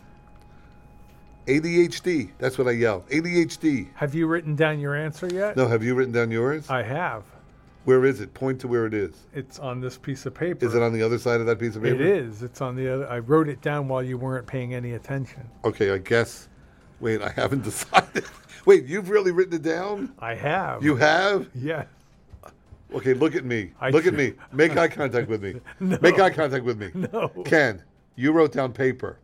Speaker 2: ADHD. That's what I yell. ADHD.
Speaker 1: Have you written down your answer yet?
Speaker 2: No, have you written down yours?
Speaker 1: I have.
Speaker 2: where is it? Point to where it is.
Speaker 1: It's on this piece of paper.
Speaker 2: Is it on the other side of that piece of
Speaker 1: It
Speaker 2: paper?
Speaker 1: is. It's on the other. I wrote it down while you weren't paying any attention.
Speaker 2: Okay, I guess. Wait, I haven't (laughs) decided. Wait, you've really written it down?
Speaker 1: I have.
Speaker 2: You have?
Speaker 1: Yeah.
Speaker 2: Okay, look at me.
Speaker 1: I
Speaker 2: look at
Speaker 1: tr-
Speaker 2: me. Make eye contact with
Speaker 1: (laughs)
Speaker 2: me. Make eye contact with me.
Speaker 1: No.
Speaker 2: Ken, you wrote down paper.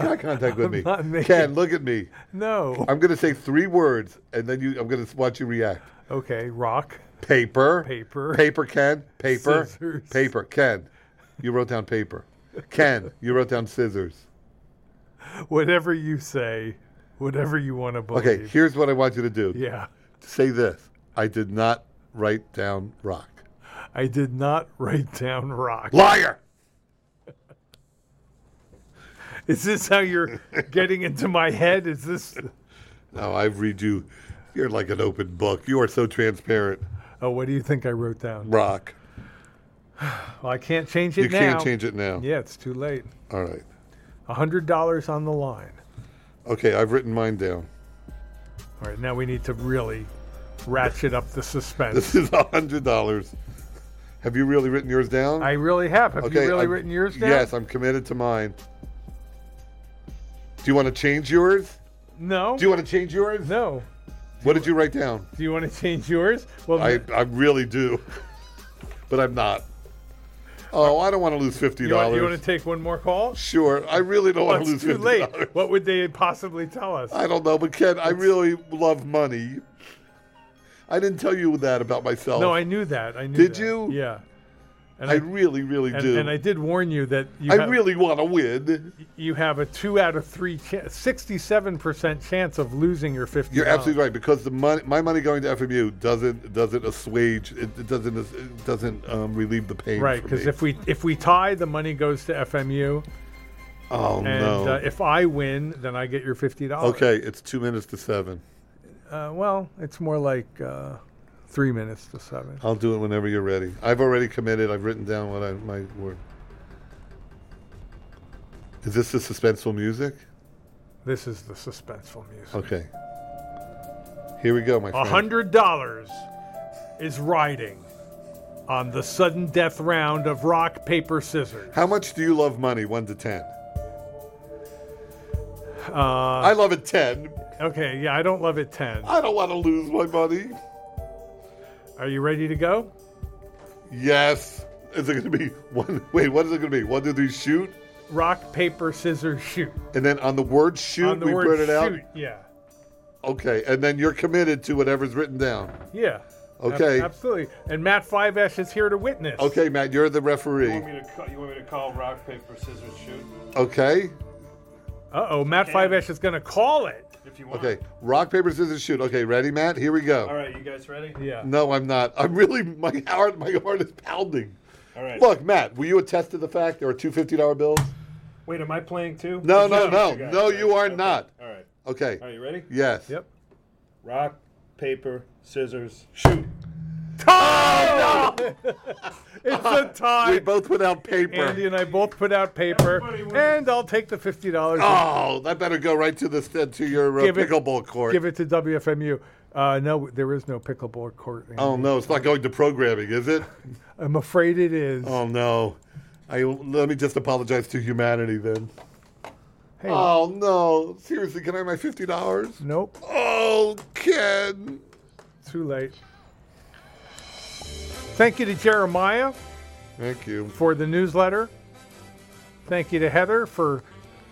Speaker 1: (laughs)
Speaker 2: eye contact with
Speaker 1: I'm
Speaker 2: me.
Speaker 1: not making-
Speaker 2: Ken, look at me.
Speaker 1: No.
Speaker 2: I'm going to say three words, and then you. I'm going to watch you react.
Speaker 1: Okay. Rock.
Speaker 2: Paper.
Speaker 1: Paper.
Speaker 2: Paper, Ken. Paper.
Speaker 1: Scissors.
Speaker 2: Paper, Ken. You wrote
Speaker 1: (laughs)
Speaker 2: down paper. Ken, you wrote down scissors.
Speaker 1: Whatever you say. Whatever you want to believe.
Speaker 2: Okay, here's what I want you to do.
Speaker 1: Yeah.
Speaker 2: Say this. I did not write down rock.
Speaker 1: I did not write down rock.
Speaker 2: Liar!
Speaker 1: Is this how you're getting into my head? Is this?
Speaker 2: No, I read you. You're like an open book. You are so transparent.
Speaker 1: Oh, what do you think I wrote down?
Speaker 2: Rock.
Speaker 1: Well, I can't change it
Speaker 2: You
Speaker 1: now.
Speaker 2: can't change it now.
Speaker 1: Yeah, it's too late.
Speaker 2: All right.
Speaker 1: A hundred dollars on the line.
Speaker 2: Okay, I've written mine down.
Speaker 1: All right, now we need to really ratchet up the suspense.
Speaker 2: This is a hundred dollars. Have you really written yours down?
Speaker 1: I really have. Have
Speaker 2: okay,
Speaker 1: you really
Speaker 2: I'm-
Speaker 1: written yours down?
Speaker 2: Yes, I'm committed to mine. Do you want to change yours?
Speaker 1: No.
Speaker 2: Do you want to change yours?
Speaker 1: no.
Speaker 2: What did you write down?
Speaker 1: Do you want to change yours? Well,
Speaker 2: I, I really do, (laughs) but I'm not. Oh, I don't want to lose fifty
Speaker 1: you, want, you want
Speaker 2: dollars.
Speaker 1: to take one more call?
Speaker 2: Sure, I really don't
Speaker 1: Well,
Speaker 2: want to lose
Speaker 1: it's too
Speaker 2: fifty
Speaker 1: late.
Speaker 2: dollars.
Speaker 1: What would they possibly tell us?
Speaker 2: I don't know, but Ken, I really love money. I didn't tell you that about myself.
Speaker 1: no, I knew that. I knew.
Speaker 2: Did
Speaker 1: that.
Speaker 2: you?
Speaker 1: Yeah. And
Speaker 2: I really, really
Speaker 1: and,
Speaker 2: do.
Speaker 1: and I did warn you that you
Speaker 2: I
Speaker 1: have,
Speaker 2: really want to win.
Speaker 1: you have a two out of three, sixty-seven percent chance of losing your fifty.
Speaker 2: You're absolutely right because the money, my money going to FMU doesn't doesn't assuage it, it doesn't it doesn't um, relieve the pain.
Speaker 1: Right,
Speaker 2: for
Speaker 1: because
Speaker 2: me.
Speaker 1: if we if we tie, the money goes to FMU,
Speaker 2: oh
Speaker 1: and
Speaker 2: no,
Speaker 1: uh, if I win, then I get your fifty dollars.
Speaker 2: okay, it's two minutes to seven.
Speaker 1: Uh, well, it's more like uh, three minutes to seven.
Speaker 2: I'll do it whenever you're ready. I've already committed. I've written down what I my word. Is this the suspenseful music?
Speaker 1: This is the suspenseful music.
Speaker 2: Okay. Here we go, my
Speaker 1: A
Speaker 2: friend.
Speaker 1: hundred dollars is riding on the sudden death round of rock paper scissors.
Speaker 2: How much do you love money? One to ten.
Speaker 1: Uh,
Speaker 2: I love it ten.
Speaker 1: okay, yeah, I don't love it ten.
Speaker 2: I don't want to lose my money.
Speaker 1: Are you ready to go?
Speaker 2: Yes. Is it going to be (laughs) one? Wait, what is it going to be? One, two, three, shoot.
Speaker 1: Rock paper scissors shoot.
Speaker 2: And then on the word shoot,
Speaker 1: on the
Speaker 2: we
Speaker 1: word
Speaker 2: print it out.
Speaker 1: shoot. Yeah,
Speaker 2: Okay. And then you're committed to whatever's written down.
Speaker 1: yeah. Ab-
Speaker 2: Okay.
Speaker 1: absolutely. And Matt Fivesh is here to witness.
Speaker 2: Okay, Matt, you're the
Speaker 10: You want
Speaker 2: referee.
Speaker 10: me to call, you want me to call rock paper scissors shoot
Speaker 2: Okay.
Speaker 1: Uh oh, Matt Fivesh is going to call it.
Speaker 10: if you want?
Speaker 2: Okay. Rock, paper, scissors, shoot. Okay, ready, Matt? Here we go.
Speaker 10: All right, you guys ready?
Speaker 1: Yeah.
Speaker 2: No, I'm not. I'm really my heart. My heart is pounding.
Speaker 10: All right.
Speaker 2: Look, Matt, will you attest to the fact there are two fifty dollar bills?
Speaker 10: Wait, am I playing too?
Speaker 2: No, no,
Speaker 10: Yeah,
Speaker 2: no,
Speaker 10: got it.
Speaker 2: no. You are
Speaker 10: Okay.
Speaker 2: not.
Speaker 10: All right.
Speaker 2: Okay.
Speaker 10: Are you ready?
Speaker 2: Yes.
Speaker 1: Yep.
Speaker 10: Rock, paper, scissors, shoot.
Speaker 1: Oh, no! it's a tie.
Speaker 2: (laughs) We both put out paper.
Speaker 1: Andy and I both put out paper, and I'll take the fifty dollars.
Speaker 2: Oh, that better go right to the st- to your uh,
Speaker 1: Give it-
Speaker 2: pickleball court.
Speaker 1: Give it to WFMU. Uh, no, there is no pickleball court. Andy.
Speaker 2: Oh no, it's not going to programming, is it?
Speaker 1: I'm afraid it is.
Speaker 2: Oh no. I let me just apologize to humanity then.
Speaker 1: Hey.
Speaker 2: Oh no! Seriously, can I have my fifty dollars?
Speaker 1: Nope.
Speaker 2: Oh, Ken.
Speaker 1: Too late. Thank you to Jeremiah
Speaker 2: Thank you.
Speaker 1: for the newsletter. Thank you to Heather for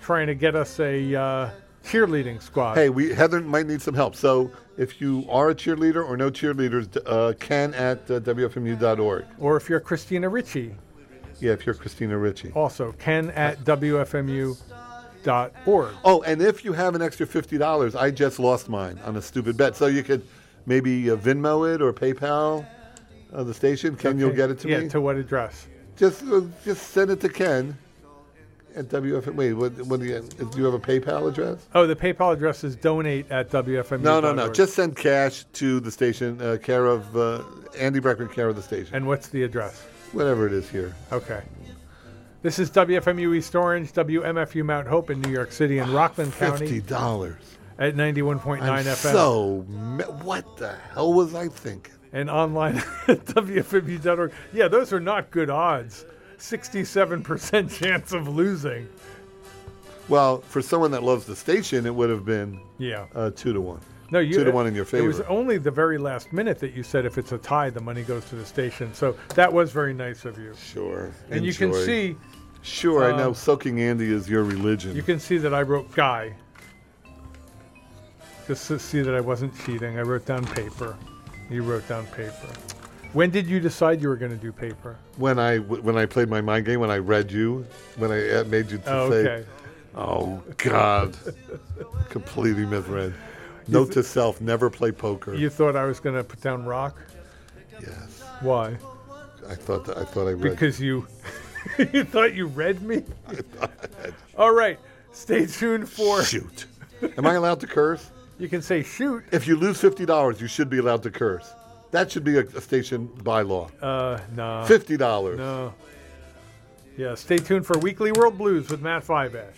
Speaker 1: trying to get us a uh, cheerleading squad.
Speaker 2: Hey, we Heather might need some help. So if you are a cheerleader or no cheerleaders, d- uh, Ken at uh, wfmu.org.
Speaker 1: Or if you're Christina Ritchie,
Speaker 2: Yeah, if you're Christina Ritchie.
Speaker 1: also ken at wfmu.org.
Speaker 2: Oh, and if you have an extra fifty dollars, I just lost mine on a stupid bet. So you could maybe uh, Venmo it or PayPal uh, the station. Ken, you'll get it to
Speaker 1: yeah,
Speaker 2: me.
Speaker 1: to what address?
Speaker 2: just uh, just send it to Ken at WFM. Wait, what, what do, you, uh, do you have a PayPal address?
Speaker 1: Oh, the PayPal address is donate at wfmu.
Speaker 2: No, no, no. Just send cash to the station, uh, care of uh, Andy Breckman, care of the station.
Speaker 1: And what's the address?
Speaker 2: Whatever it is here.
Speaker 1: Okay. This is WFMU East Orange, WMFU Mount Hope in New York City and Rockland
Speaker 2: Ah, Fifty
Speaker 1: County
Speaker 2: dollars.
Speaker 1: at 91.9
Speaker 2: I'm
Speaker 1: FM.
Speaker 2: so ma- what the hell was I thinking?
Speaker 1: and online (laughs) at WFMU.org. Yeah, those are not good odds. 67% (laughs) chance of losing.
Speaker 2: Well, for someone that loves the station, it would have been
Speaker 1: Yeah.
Speaker 2: uh, two to one.
Speaker 1: No, you
Speaker 2: two to one in your favor.
Speaker 1: It was only the very last minute that you said if it's a tie, the money goes to the station. So that was very nice of you.
Speaker 2: sure,
Speaker 1: And you can
Speaker 2: Enjoy.
Speaker 1: see,
Speaker 2: Sure, I know
Speaker 1: um,
Speaker 2: soaking Andy is your religion.
Speaker 1: you can see that I wrote guy. Just to see that I wasn't cheating. I wrote down paper. You wrote down paper. When did you decide you were going to do paper?
Speaker 2: when I when I played my mind game, when I read you, when I uh, made you to
Speaker 1: Oh,
Speaker 2: say,
Speaker 1: okay.
Speaker 2: "Oh
Speaker 1: (laughs)
Speaker 2: God," completely misread. Note to self: never play poker.
Speaker 1: You thought I was going to put down rock?
Speaker 2: yes,
Speaker 1: Why?
Speaker 2: I thought that, I thought I read.
Speaker 1: Because you (laughs) you thought you read me? All right. Stay tuned for
Speaker 2: shoot. Am I allowed to curse?
Speaker 1: you can say shoot.
Speaker 2: If you lose fifty dollars, you should be allowed to curse. That should be a, a station bylaw.
Speaker 1: Uh no.
Speaker 2: Fifty dollars.
Speaker 1: No. Yeah, stay tuned for Weekly World Blues with Matt Fibash.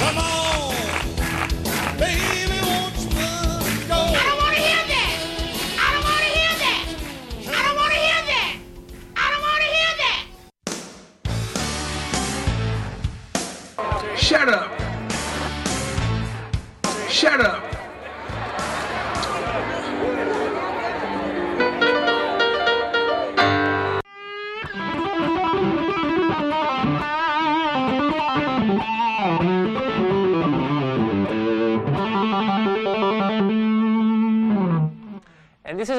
Speaker 11: Come on, baby, won't you go? I don't want to hear that. I don't want to hear that. I don't want to hear that. I don't want to hear that.
Speaker 12: Shut up. Shut up.
Speaker 13: And this is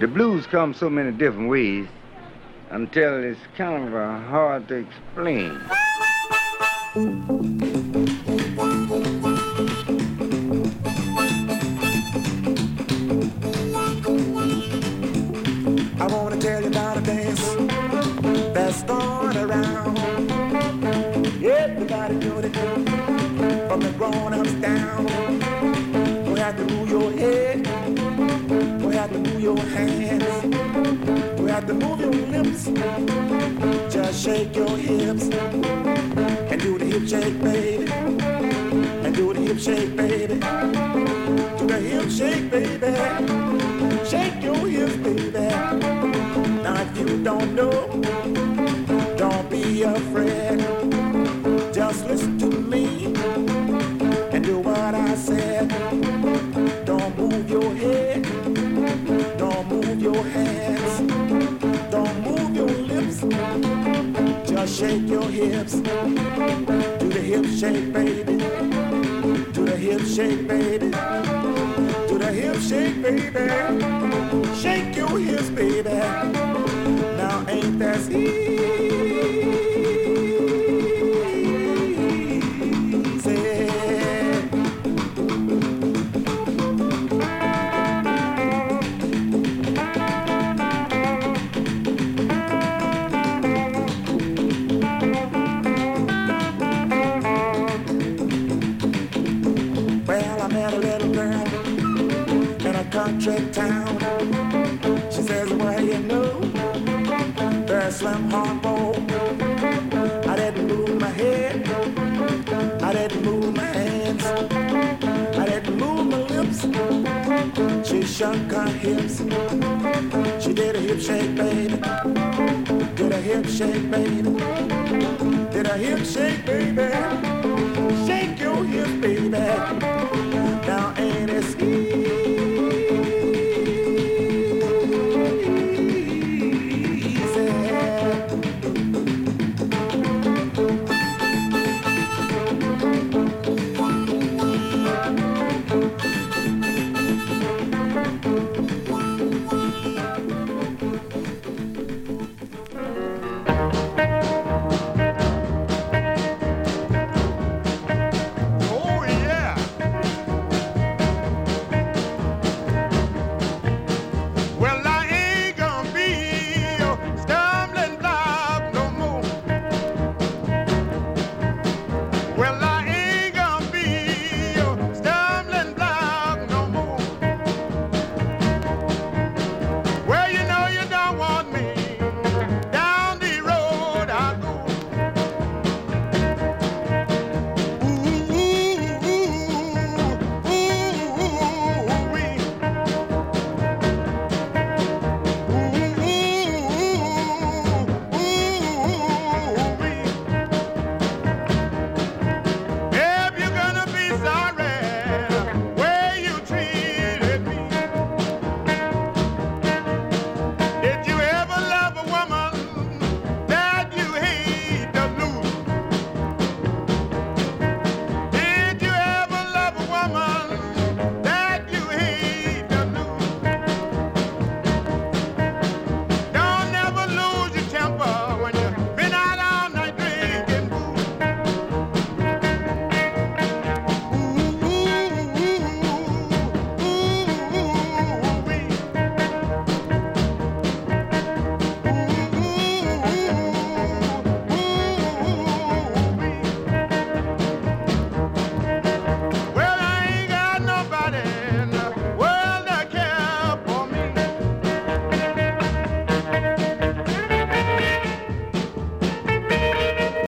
Speaker 14: The blues come so many different ways until it's kind of uh, hard to explain.
Speaker 5: I wanna tell you about a dance that's going around. Everybody doing it, from the grown-ups down. Don't have to move your head, don't have to move your hands, don't have to move your lips. Just shake your hips and do the hip shake, baby, and do the hip shake, baby, do the hip shake, baby. Shake your hips, baby. Now if you don't know, don't be afraid. Just listen to me and do what I said. Don't move your head. Don't move your hands. Don't move your lips. Just shake your hips. Do the hip shake, baby. Do the hip shake, baby. Do the hip shake, baby. Shake your hips, baby. Now ain't that easy? Well, I met a little girl in a country town. She says, Well, you know, very slim hardball. I didn't move my head. I didn't move my hands. I didn't move my lips. She shook her hips. She did a hip shake, baby. Did a hip shake, baby. Did a hip shake, baby.
Speaker 2: Oh,